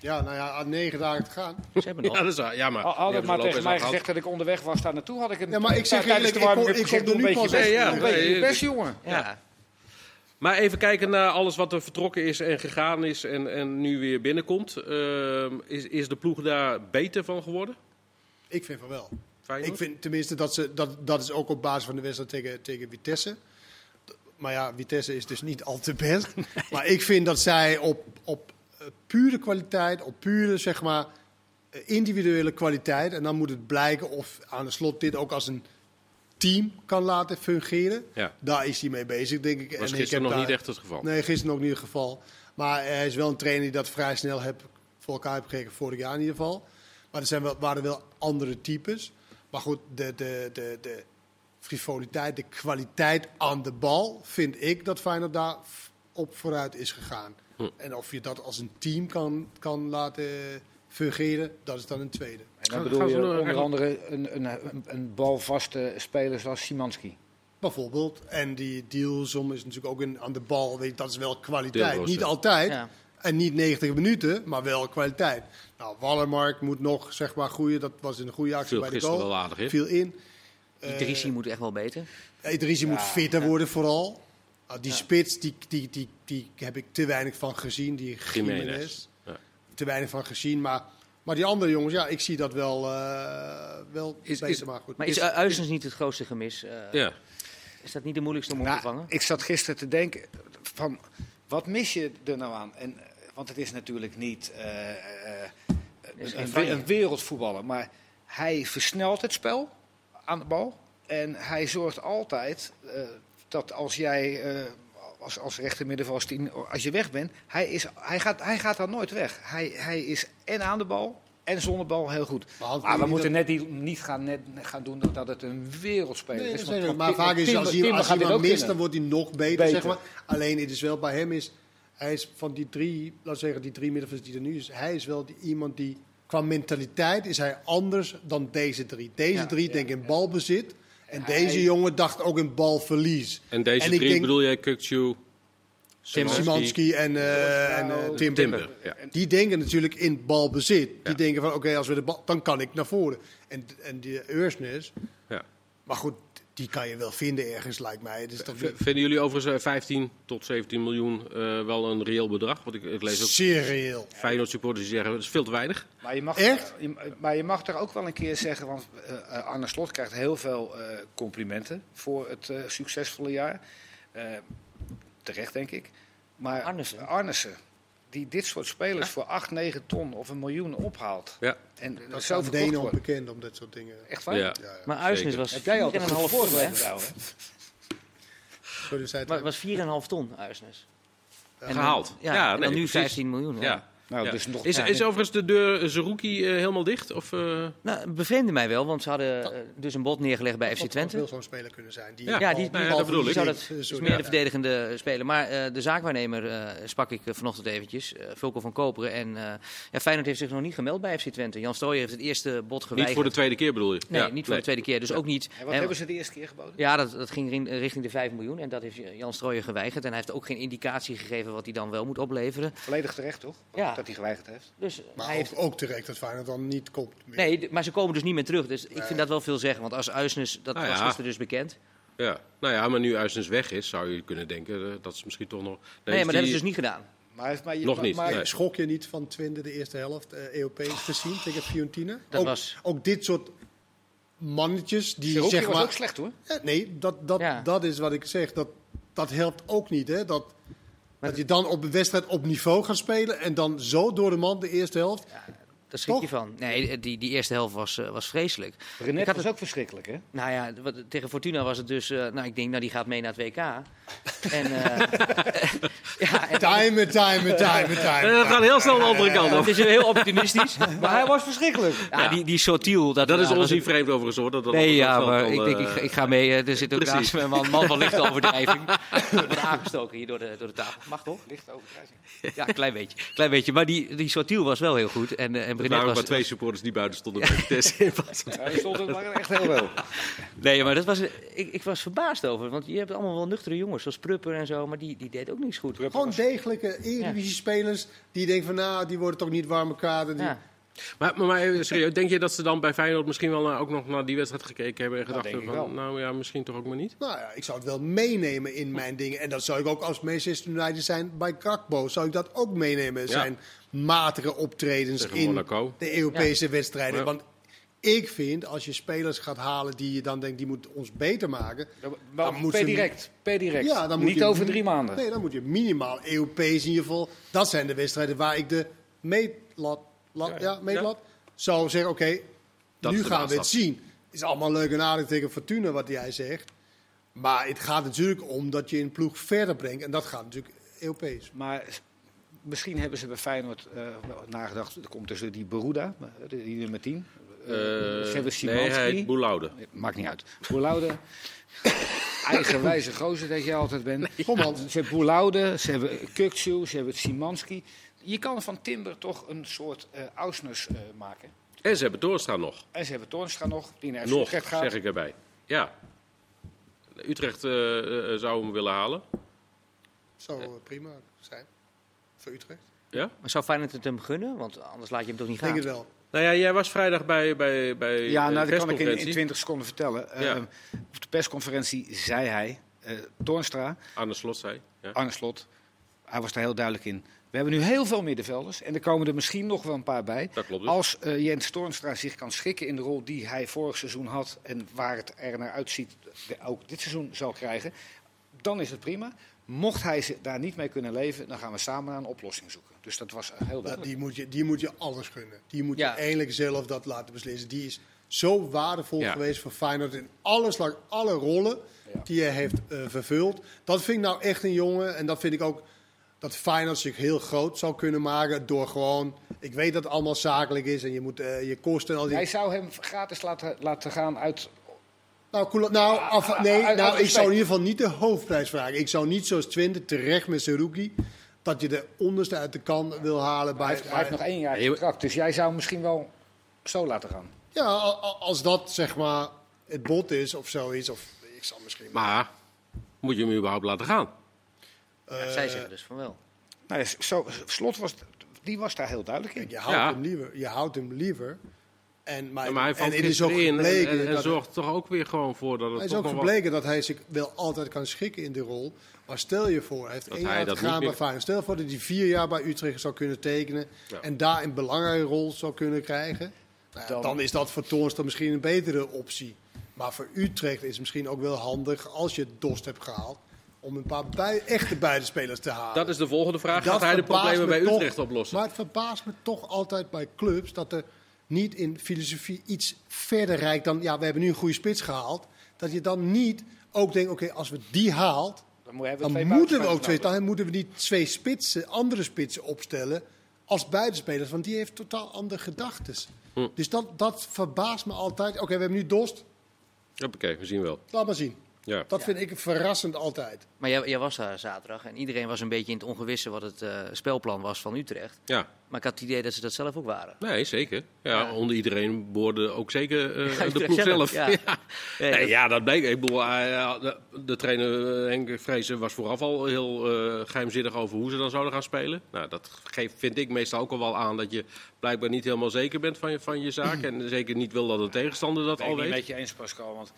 B: Ja, nou ja, aan negen dagen te gaan.
C: ze hebben nog.
A: Ja, dat is waar. Ja, maar,
D: Al,
A: die
D: had
A: hebben
D: het
A: ze
D: maar
A: Lopez
D: tegen mij
A: al gehad.
D: gezegd dat ik onderweg was daar naartoe, had ik hem...
B: Ja, maar ik zeg
D: tijdens
B: eerlijk,
D: de
B: ik
D: warming-up
B: kom- ik
D: gezegd,
B: kom er
D: doe
B: nu
D: een beetje
B: pas-
D: best,
A: Nee, ja,
D: doe een beetje
A: nee,
D: best, jongen.
C: Ja.
A: Maar even kijken naar alles wat er vertrokken is en gegaan is en, en nu weer binnenkomt. Ehm, is, is de ploeg daar beter van geworden?
B: Ik vind van wel.
A: Feyenoord?
B: Ik vind tenminste dat ze... Dat, dat is ook op basis van de wedstrijd tegen, tegen Vitesse. D- Maar ja, Vitesse is dus niet al te best. maar ik vind dat zij op, op eh, pure kwaliteit, op pure, zeg maar... eh, individuele kwaliteit. En dan moet het blijken of aan de slot dit ook als een team kan laten fungeren.
A: Ja.
B: Daar is hij mee bezig, denk ik.
A: was
B: ik
A: gisteren
B: heb
A: nog
B: daar-
A: niet echt het geval.
B: Nee, gisteren ook niet het geval. Maar hij is wel een trainer die dat vrij snel heb, voor elkaar heeft gekregen, vorig jaar in ieder geval. Maar er zijn wel, waren wel andere types. Maar goed, de, de, de, de frivoliteit, de kwaliteit aan de bal, vind ik dat Feyenoord daar f- op vooruit is gegaan. En of je dat als een team kan, kan laten fungeren, dat is dan een tweede.
D: En dan
A: Gaan-
D: bedoel
A: gaan ze
D: je
A: nog
D: onder
A: eigenlijk-
D: andere een, een, een, een balvaste speler zoals Simanski.
B: Bijvoorbeeld. En die dealsom is natuurlijk ook een, aan de bal. Weet, je, dat is wel kwaliteit.
A: Deelroos,
B: niet
A: ja.
B: altijd.
C: Ja.
B: En niet 90 minuten, maar wel kwaliteit. Nou, Wallermark moet nog zeg maar groeien. Dat was een goede actie
A: Viel
B: bij de
A: gisteren
B: goal.
A: wel aardig in.
B: Viel in. Eh,
C: Die Idrissi moet echt wel beter.
B: Idrissi moet fitter worden vooral. Ah, die spits, die, die, die, die heb ik te weinig van gezien. Die
A: Jiménez.
B: Jiménez.
A: Ja.
B: Te weinig van gezien. Maar, maar die andere jongens, ja, ik zie dat wel, eh wel
A: Is-
B: beter.
A: is-
B: maar goed.
C: Maar is, is Uisnes niet het grootste gemis? Eh,
A: Ja. Nou,
C: Is dat niet de moeilijkste om op te vangen?
D: Nou, ik zat gisteren te denken van, wat mis je er nou aan? En, eh, want het is natuurlijk niet eh, eh,
C: Is
D: een,
C: geen
D: we-
C: Feyenoord.
D: een wereldvoetballer, maar hij versnelt het spel aan de bal. En hij zorgt altijd eh, dat als jij eh, als, als rechtermiddenvals team, als je weg bent, hij, is, hij, gaat, hij gaat daar nooit weg. Hij, hij is en aan de bal en zonder bal heel goed.
B: Maar hadden
D: Maar we
B: jullie
D: moeten net die, niet gaan, net, gaan doen dat het een wereldspeler
B: Nee,
D: is.
B: dat
D: want-
B: zeg ik.
D: want
B: maar
D: Tim-
B: vaak is
D: Timber-
B: als,
D: Timber
B: hij, als
D: gaat dit
B: iemand
D: ook
B: mist,
D: kunnen.
B: dan wordt hij nog beter,
D: Beter.
B: Zeg maar. Alleen het is wel bij hem is, hij is van die drie, laten we zeggen die drie middenvelders die er nu is, hij is wel die, iemand die qua mentaliteit is hij anders dan deze drie. Deze
C: Ja,
B: drie denken in balbezit En deze jongen dacht ook in balverlies.
A: En deze
B: En ik
A: drie
B: denk-
A: bedoel jij Kukcu, Simanski,
B: Simanski en, eh en eh, Timber.
A: Timber. Ja.
B: Die denken natuurlijk in balbezit. Die
A: Ja.
B: denken van, oké, als we de bal... Dan kan ik naar voren. En, en die Eursnes...
A: Ja.
B: Maar goed, die kan je wel vinden ergens, lijkt mij. Het is toch
A: V-
B: niet
A: Vinden jullie overigens eh, 15 tot 17 miljoen eh, wel een reëel bedrag? Want ik, ik lees ook
B: zeer reëel.
A: Feyenoord supporters die zeggen dat is veel te weinig.
D: Maar je, mag,
B: Echt?
D: je- maar je mag daar ook wel een keer zeggen, want eh, eh, Arne Slot krijgt heel veel eh, complimenten voor het eh, succesvolle jaar. Eh, terecht, denk ik. Maar
C: Arnesen.
D: Arnesen, die dit soort spelers voor 8, 9 ton of een miljoen ophaalt.
A: Ja.
D: En
B: Dat
D: zo
B: is
D: verkocht
B: Denen
D: wordt.
B: bekend om dat soort dingen.
D: Echt waar?
A: Ja.
C: Maar Uisnes
A: Zeker.
C: was
D: Heb jij altijd een half
C: 4,5 ton, hè?
B: Sorry, zei het
C: Maar het was 4,5 ton, Uisnes. En dan-
A: Gehaald.
C: Ja,
A: Ja,
C: en
A: nee,
C: dan nu
A: precies.
C: 15 miljoen.
A: Ja.
C: Ja.
D: Nou,
A: Ja.
D: dus nog
A: Is, is overigens de deur Zerouki helemaal dicht? Of, eh,
C: Nou, het bevreemde mij wel, want ze hadden eh, dus een bod neergelegd bij FC
B: Dat wil
C: Twente.
B: zo'n speler kunnen zijn. Die
A: Ja.
C: Ja, die,
A: Nou ja, dat bedoel
C: die
A: ik.
C: zou dat
B: Sorry.
C: is meer de verdedigende speler. Maar eh, de zaakwaarnemer eh, sprak ik eh, vanochtend eventjes, eh, Vulko van Koperen. En eh, ja, Feyenoord heeft zich nog niet gemeld bij FC Twente. Jan Strooijer heeft het eerste bod geweigerd.
A: niet voor de tweede keer bedoel je?
C: Nee,
A: Ja,
C: niet voor de tweede keer. Dus ook niet.
D: En wat
C: hè,
D: hebben ze de eerste keer geboden?
C: Ja, dat, dat ging rin- richting de 5 miljoen. En dat heeft Jan Strooijer geweigerd. En hij heeft ook geen indicatie gegeven wat hij dan wel moet opleveren.
D: Volledig terecht, toch?
C: Ja.
D: Dat hij geweigerd heeft.
C: Dus
B: Maar
C: hij
B: ook,
C: heeft...
B: ook terecht dat Feyenoord dan niet komt. meer.
C: Nee, d- maar ze komen dus niet meer terug. Dus ik vind dat wel veel zeggen. Want als Uisnes, dat
A: Nou
C: was
A: ja.
C: gisteren dus bekend.
A: Ja. Nou ja, maar nu Uisnes weg is, zou je kunnen denken eh, dat is misschien toch nog...
C: Nee,
A: is
C: maar dat
A: die-
C: hebben ze dus niet gedaan.
D: Maar, hij heeft- maar je-
A: Nog niet,
D: Maar,
A: nee.
B: Schok je niet van Twente de eerste helft eh, Europees gezien tegen Fiorentina?
C: Dat
B: ook,
C: was-
B: ook dit soort mannetjes die
D: Cherokee
B: zeg
D: was
B: maar...
D: ook slecht, hoor.
B: Eh, Nee, dat, dat,
C: Ja.
B: dat is wat ik zeg. Dat, dat helpt ook niet. Hè? Dat, dat je dan op een wedstrijd op niveau gaat spelen en dan zo door de man de eerste helft.
C: Daar schrik je
B: Toch?
C: van. Nee, die, die eerste helft was, eh, was vreselijk.
D: Renet
C: Ik
D: was
C: had
D: ook verschrikkelijk, hè?
C: Nou ja, wat, tegen Fortuna was het dus... eh, nou, ik denk, nou, die gaat mee naar het WK. en, eh, ja, en-
B: Timer, timer, timer,
A: Eh, dat
B: timer.
A: gaat heel snel de andere kant
C: dat
A: op.
C: is heel optimistisch.
D: Maar hij was verschrikkelijk.
C: Ja, die, die Sotiel... Dat,
A: Dat is
C: ja,
A: ons
C: was een-
A: niet vreemd overigens hoor. Dat dat
C: Nee,
A: op het
C: ja,
A: veld
C: maar
A: al,
C: ik denk, ik,
A: eh,
C: ga- ik ga mee. eh, Er zit ook
A: precies.
C: naast me een man, man van lichtoverdrijving. Wordt aangestoken hier door de, door de tafel. Mag toch? Ja, een klein beetje. Klein beetje. Maar die, die Sotiel was wel heel goed. En, eh, en
A: Er
C: Brenet
A: waren
C: was...
A: maar twee supporters die buiten stonden bij Vitesse. in plaats van-
D: Hij stond er echt heel wel.
C: Nee, maar dat was, ik, ik was verbaasd over. Want je hebt allemaal wel nuchtere jongens, zoals Prupper en zo. Maar die, die deed ook niks goed.
B: Gewoon degelijke Eredivisie-spelers die denken van nou, die worden toch niet warme kaarten. Die...
C: Ja.
A: Maar, maar, maar even serieus, denk je dat ze dan bij Feyenoord misschien wel eh, ook nog naar die wedstrijd gekeken hebben en gedacht
D: denk ik
A: hebben van,
D: wel.
A: nou ja, misschien toch ook maar niet?
B: Nou ja, ik zou het wel meenemen in mijn dingen. En dat zou ik ook als Manchester United zijn bij Gakbo. Zou ik dat ook meenemen? Zijn matige optredens
A: Tegen
B: in
A: Monaco.
B: de Europese wedstrijden.
A: Ja.
B: Want ik vind, als je spelers gaat halen die je dan denkt, die moet ons beter maken.
D: Maar
B: moet
D: per
B: ze-
D: direct. Per direct.
B: Ja, dan moet
D: niet
B: je-
D: over drie maanden.
B: Nee, dan moet je minimaal Europees in ieder geval. Dat zijn de wedstrijden waar ik de meetlat, lat, ja, meetlat zou zeggen, oké,
A: Dat is
B: nu
A: de
B: gaan we
A: maatstaf.
B: het zien. is allemaal leuk en aardig tegen Fortuna wat jij zegt. Maar het gaat natuurlijk om dat je een ploeg verder brengt. En dat gaat natuurlijk Europees.
D: Maar s- misschien hebben ze bij Feyenoord eh, wel nagedacht. Er komt dus die Beruda, eh, die die nummer 10. Eh, ze hebben
A: Eh, nee, hij heet
D: Simanski.
A: Boulaude.
D: Maakt niet uit. Boerlaude. Eigenwijze gozer dat je altijd bent.
B: Kom man.
D: Ze hebben Boerlaude, ze hebben Kuksu, ze hebben Simanski. Je kan van Timber toch een soort eh Ausners eh, maken.
A: En ze hebben Toornstra nog.
D: En ze hebben Toornstra nog, die naar FC
A: Nog,
D: Utrecht gaat.
A: zeg ik erbij. Ja. Utrecht eh, eh, eh, zou hem willen halen.
B: Zou eh, prima zijn voor Utrecht.
A: Ja?
C: Maar zou Feyenoord het hem gunnen? Want anders laat je hem toch niet
B: Ik denk
C: gaan?
B: het wel.
A: Nou ja, jij was vrijdag bij, bij, bij
D: Ja,
A: eh,
D: nou,
A: de
D: dat kan ik in, in
A: persconferentie
D: 20 seconden vertellen.
A: Ja.
D: Ehm, op de persconferentie zei hij, eh Toornstra,
A: aan de slot zei. Ja.
D: Arne Slot, hij was daar heel duidelijk in. We hebben nu heel veel middenvelders en er komen er misschien nog wel een paar bij.
A: Dat klopt dus.
D: Als eh, Jens Toornstra zich kan schikken in de rol die hij vorig seizoen had en waar het er naar uitziet, de- ook dit seizoen zal krijgen, dan is het prima. Mocht hij ze daar niet mee kunnen leven, dan gaan we samen naar een oplossing zoeken. Dus dat was heel
B: Dat,
D: duidelijk.
B: die, moet je, die moet je alles gunnen. Die moet
C: Ja.
B: je eindelijk zelf dat laten beslissen. Die is zo waardevol
A: Ja.
B: geweest voor Feyenoord in alle, slag, alle rollen die hij heeft eh, vervuld. Dat vind ik nou echt een jongen. En dat vind ik ook dat Feyenoord zich heel groot zou kunnen maken door gewoon... Ik weet dat het allemaal zakelijk is en je moet eh, je kosten en al die...
D: Hij zou hem gratis laten, laten gaan uit
B: Nou, Koela- nou, af-
D: ah, ah,
B: nee,
D: ah,
B: nou, ik zou in
D: respect.
B: ieder geval niet de hoofdprijs vragen. Ik zou niet zoals Twente terecht met Seruki... dat je de onderste uit de kan wil halen bij...
D: Hij heeft, hij heeft nog één jaar
A: Nee, maar-
D: contract, dus jij zou hem misschien wel zo laten gaan.
B: Ja, a- a- als dat zeg maar het bot is of zoiets. Of ik zal misschien.
A: Maar moet je hem überhaupt laten gaan?
C: Ja, zij zeggen dus van wel.
D: Nou, ja, zo, slot was, die was daar heel duidelijk in.
B: je houdt
A: Ja.
B: hem liever. Je houdt hem liever. En, maar,
A: Ja, maar hij valt
B: en het is ook
A: gisteren in en-
B: gebleken
A: en, en,
B: dat-
A: zorgt toch ook weer gewoon voor dat het
B: Hij is
A: toch
B: ook
A: nog wat-
B: gebleken dat hij zich wel altijd kan schikken in de rol. Maar stel je voor, hij heeft één
A: hij
B: jaar
A: dat
B: te gaan
A: niet
B: bij
A: meer-
B: Feyenoord. Stel je voor dat hij vier jaar bij Utrecht zou kunnen tekenen.
A: Ja.
B: En daar een belangrijke rol zou kunnen krijgen. Nou ja,
D: Dan-
B: dan... is dat voor Toornstra misschien een betere optie. Maar voor Utrecht is het misschien ook wel handig, als je Dost hebt gehaald, om een paar bij, echte buitenspelers te halen.
A: Dat is de volgende vraag.
B: Dat
A: Gaat hij de
B: verbaast
A: problemen
B: me
A: bij
B: toch-
A: Utrecht oplossen?
B: Maar het verbaast me toch altijd bij clubs dat er niet in filosofie iets verder reikt dan. Ja, we hebben nu een goede spits gehaald. Dat je dan niet ook denkt: oké, als we die haalt.
D: Dan mo- hebben
B: Dan
D: twee
B: moeten we
D: buitenspelers
B: ook twee.
D: nodig.
B: Dan moeten we niet twee spitsen, andere spitsen opstellen. als buitenspelers. Want die heeft totaal andere gedachten.
A: Hm.
B: Dus dat, dat verbaast me altijd. Oké, we hebben nu Dost.
A: Hoppakee, we zien wel.
B: Laat maar zien.
A: Ja.
B: Dat vind ik verrassend altijd.
C: Maar jij, jij was daar zaterdag en iedereen was een beetje in het ongewisse wat het eh, spelplan was van Utrecht.
A: ja,
C: Maar ik had het idee dat ze dat zelf ook waren.
A: nee, zeker. Ja,
C: Ja.
A: Onder iedereen boorde ook zeker eh,
C: Ja,
A: de
C: Utrecht
A: ploeg zelf.
C: zelf,
A: Ja.
C: ja.
A: Ja.
C: Nee,
A: Nee,
C: dat-
A: ja, dat bleek. Ik bedoel, hij, eh, de, de trainer eh, Henk Vrezen was vooraf al heel eh, geheimzinnig over hoe ze dan zouden gaan spelen. Nou, dat geeft, vind ik meestal ook al wel aan dat je blijkbaar niet helemaal zeker bent van je, van je zaak. En zeker niet wil dat de tegenstander dat
D: ben
A: al
D: ik niet
A: weet.
D: met je eens, Pascal. Want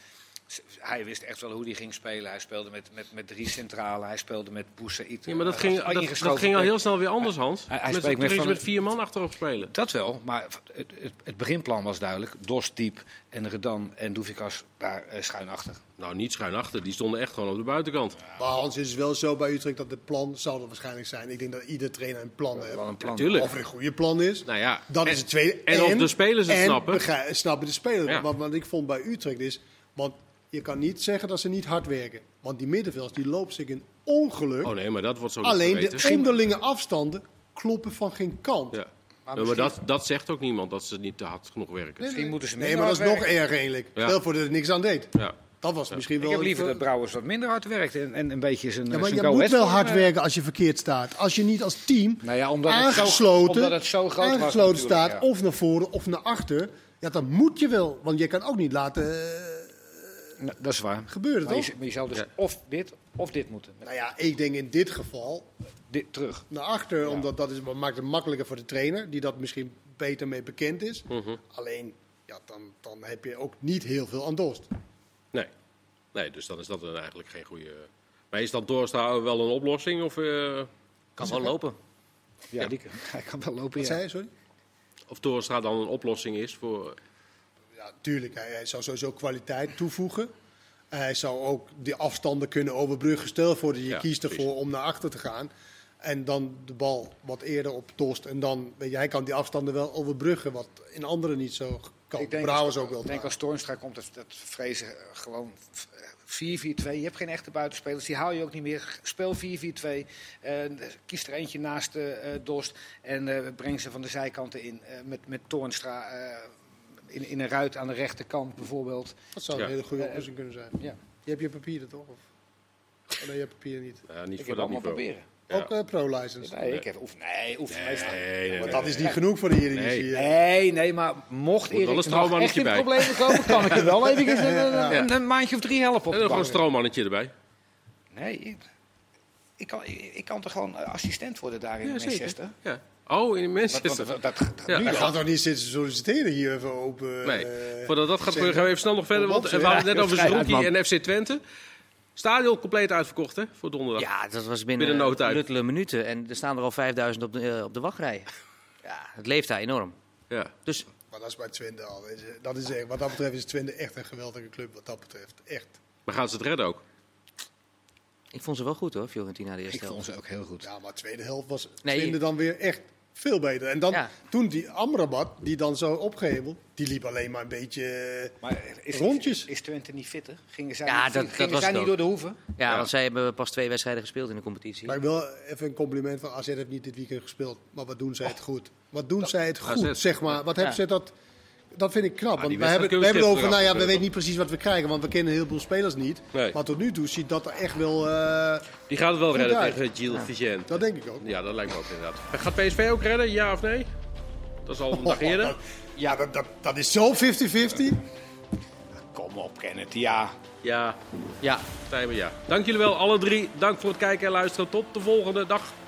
D: s- hij wist echt wel hoe hij ging spelen. Hij speelde met, met, met drie centralen. Hij speelde met Boussaïd. eh,
A: Ja, maar dat
D: Hij
A: ging,
D: was
A: dat, dat
D: ingeschoven.
A: ging al heel snel weer anders, Hans.
D: hij
A: met,
D: spreekt
A: toen
D: met
A: ging ze
D: van-
A: met vier man achterop spelen.
D: Dat wel, maar het, het, het beginplan was duidelijk. Dos diep en Redan en Doevikas daar eh, schuin achter.
A: Nou, niet schuin achter. Die stonden echt gewoon op de buitenkant.
B: Maar Hans is het wel zo bij Utrecht dat het plan zal er waarschijnlijk zijn. Ik denk dat ieder trainer een plan heeft.
D: Wel een plan.
A: Tuurlijk.
B: Of het een goede plan is.
A: Nou ja.
B: Dat
A: en-
B: is het tweede.
A: en of de spelers het
B: en
A: snappen.
B: begrijpen- snappen de spelers.
A: Ja.
B: Wat, wat ik vond bij Utrecht is. Want je kan niet zeggen dat ze niet hard werken. Want die middenvelders die loopt zich in ongeluk.
A: Oh nee, maar dat wordt zo
B: Alleen
A: niet
B: de onderlinge afstanden kloppen van geen kant.
A: Ja. Ja, Maar,
D: misschien-
A: dat, dat zegt ook niemand dat ze niet te hard genoeg werken.
D: Misschien moeten ze
B: Nee,
D: minder
B: maar dat is
D: hard
B: nog
D: werken.
B: erger eigenlijk.
A: Ja.
B: Stel voor dat het niks aan deed.
A: Ja.
B: Dat was misschien wel...
D: Ik heb liever
B: een-
D: dat Brouwers wat minder hard werkt en, en een beetje zijn
B: Ja, maar
D: zijn
B: je
D: Go
B: moet
D: West
B: wel
D: vorm,
B: hard
D: eh,
B: werken als je verkeerd staat. Als je niet als team
D: Nou ja, omdat het zo-
B: aangesloten,
D: omdat het zo groot was
B: aangesloten
D: natuurlijk,
B: staat,
D: ja.
B: of naar voren of naar achter, ja, dan moet je wel. Want je kan ook niet laten eh,
D: Nou, dat is waar.
B: gebeuren,
D: Maar je,
B: toch?
D: z- maar je zou dus of dit of dit moeten. Met
B: Nou ja, ik denk in dit geval
D: Dit terug.
B: naar achter, omdat dat is, wat maakt het makkelijker voor de trainer, die dat misschien beter mee bekend is.
D: Mhm.
B: Alleen, ja, dan, dan heb je ook niet heel veel aan Dost.
A: Nee. nee, dus dan is dat dan eigenlijk geen goede... Maar is dat doorstaan wel een oplossing? Of, eh,
C: Kan wel lopen.
D: Ja, die kan- hij kan wel lopen.
B: Wat
D: Ja.
B: zei je, sorry?
A: of doorstaan dan een oplossing is voor...
B: Ja, tuurlijk. Hij, hij zou sowieso kwaliteit toevoegen. Hij zou ook die afstanden kunnen overbruggen. Stel voor dat je
A: Ja,
B: kiest
A: precies.
B: ervoor om naar achter te gaan. En dan de bal wat eerder op Tost. En dan, weet je, hij kan die afstanden wel overbruggen. Wat in anderen niet zo kan.
D: Ik denk
B: Brouwers
D: als-
B: ook wel.
D: Ik denk als Toornstra komt, dat, dat vrezen eh, gewoon v- eh, 4-4-2. Je hebt geen echte buitenspelers, die haal je ook niet meer. Speel 4-4-2. eh, kies er eentje naast eh, eh, Dost en eh, breng ze van de zijkanten in. eh, met, met Toornstra eh, in, in een ruit aan de rechterkant bijvoorbeeld.
B: Dat zou een
A: Ja.
B: hele goede oplossing kunnen zijn.
D: Eh, Ja,
B: Je hebt je papieren toch? Of? Oh, nee, je hebt papieren niet.
A: Ja, Nou, niet
D: ik
A: voor
D: heb
A: dat
D: allemaal
A: niveau.
D: proberen.
A: Ja.
B: Ook eh, pro-license.
D: Nee, ik heb oefen. Nee, oefen.
A: Nee, nee, nee,
B: Want
A: nee.
B: dat is niet genoeg voor de Eredivisie.
A: Nee.
B: eh.
D: Nee, nee, maar mocht
A: Moet wel
D: Erik
A: een
D: de Hag echt
A: stroomannetje
D: in
A: bij.
D: problemen komen, kan ik er wel even een, een, een, een maandje of drie helpen op
A: En
D: de
A: dan gewoon
D: bank.
A: een stroommannetje erbij.
D: Nee, ik, ik kan, ik, ik kan toch gewoon eh, assistent worden daar in
A: Ja,
D: Manchester?
A: zeker. Ja. Oh, in
D: Want-
A: Manchester.
D: want- want- dat-
A: Ja.
B: Nu gaat toch niet zitten solliciteren hier even open.
A: Nee,
B: eh,
A: voordat dat gaat gebeuren gaan we even snel nog verder. Want
B: wat,
A: we hadden het net
D: ja,
A: over
D: vrij uit,
A: Zerouki en FC Twente. Stadion compleet uitverkocht hè, voor donderdag.
C: Ja, dat was binnen,
A: Binnen no time.
C: luttele minuten. En er staan er al 5000 op de, eh, op de wachtrij. Ja, het leeft daar enorm.
A: Ja.
C: Dus
B: Maar dat is bij Twente al. weet je. Dat is echt, wat dat betreft is Twente echt een geweldige club. Wat dat betreft. Echt.
A: Maar gaan ze het redden ook?
C: ik vond ze wel goed hoor, Fiorentina de eerste
D: ik vond
C: helft.
D: ze ook heel goed.
B: Ja, maar de tweede helft was
C: Nee.
B: Twente dan weer echt veel beter. En dan
C: Ja.
B: toen die Amrabat, die dan zo opgeheveld, die liep alleen maar een beetje... eh,
D: Maar is,
B: Rondjes.
D: Is Twente niet fitter? Gingen zij,
C: Ja,
D: niet,
C: dat-
D: gingen
C: dat was
D: zij
C: het
D: niet
C: ook.
D: door de hoeven?
C: Ja,
A: Ja.
C: want zij hebben pas twee wedstrijden gespeeld in de competitie.
B: Maar ik wil even een compliment van AZ heeft niet dit weekend gespeeld. Maar wat doen zij het goed. Wat doen zij het goed,
A: AZ.
B: zeg maar. Wat hebben
C: Ja.
B: ze dat... Dat vind ik knap. want
A: Ah, die
B: we
A: wedstrijd
B: hebben, we
A: kunnen we
B: hebben het over,
A: gisteren
B: nou ja, we
A: afgebeuren.
B: weten niet precies wat we krijgen. Want we kennen heel veel spelers niet.
A: Nee.
B: Maar tot nu toe ziet dat er echt wel... eh,
A: Die gaat het wel redden
B: uit.
A: tegen Gilles Vigent.
B: dat denk ik ook.
A: Ja, dat lijkt me ook inderdaad. Gaat PSV ook redden, ja of nee? Dat is al een dag eerder.
B: Ja, dat, dat, dat is zo 50-50.
D: Kom op, Kenneth, ja.
A: Ja,
C: Ja.
A: Tijmen, ja. Dank jullie wel, alle drie. Dank voor het kijken en luisteren. Tot de volgende dag.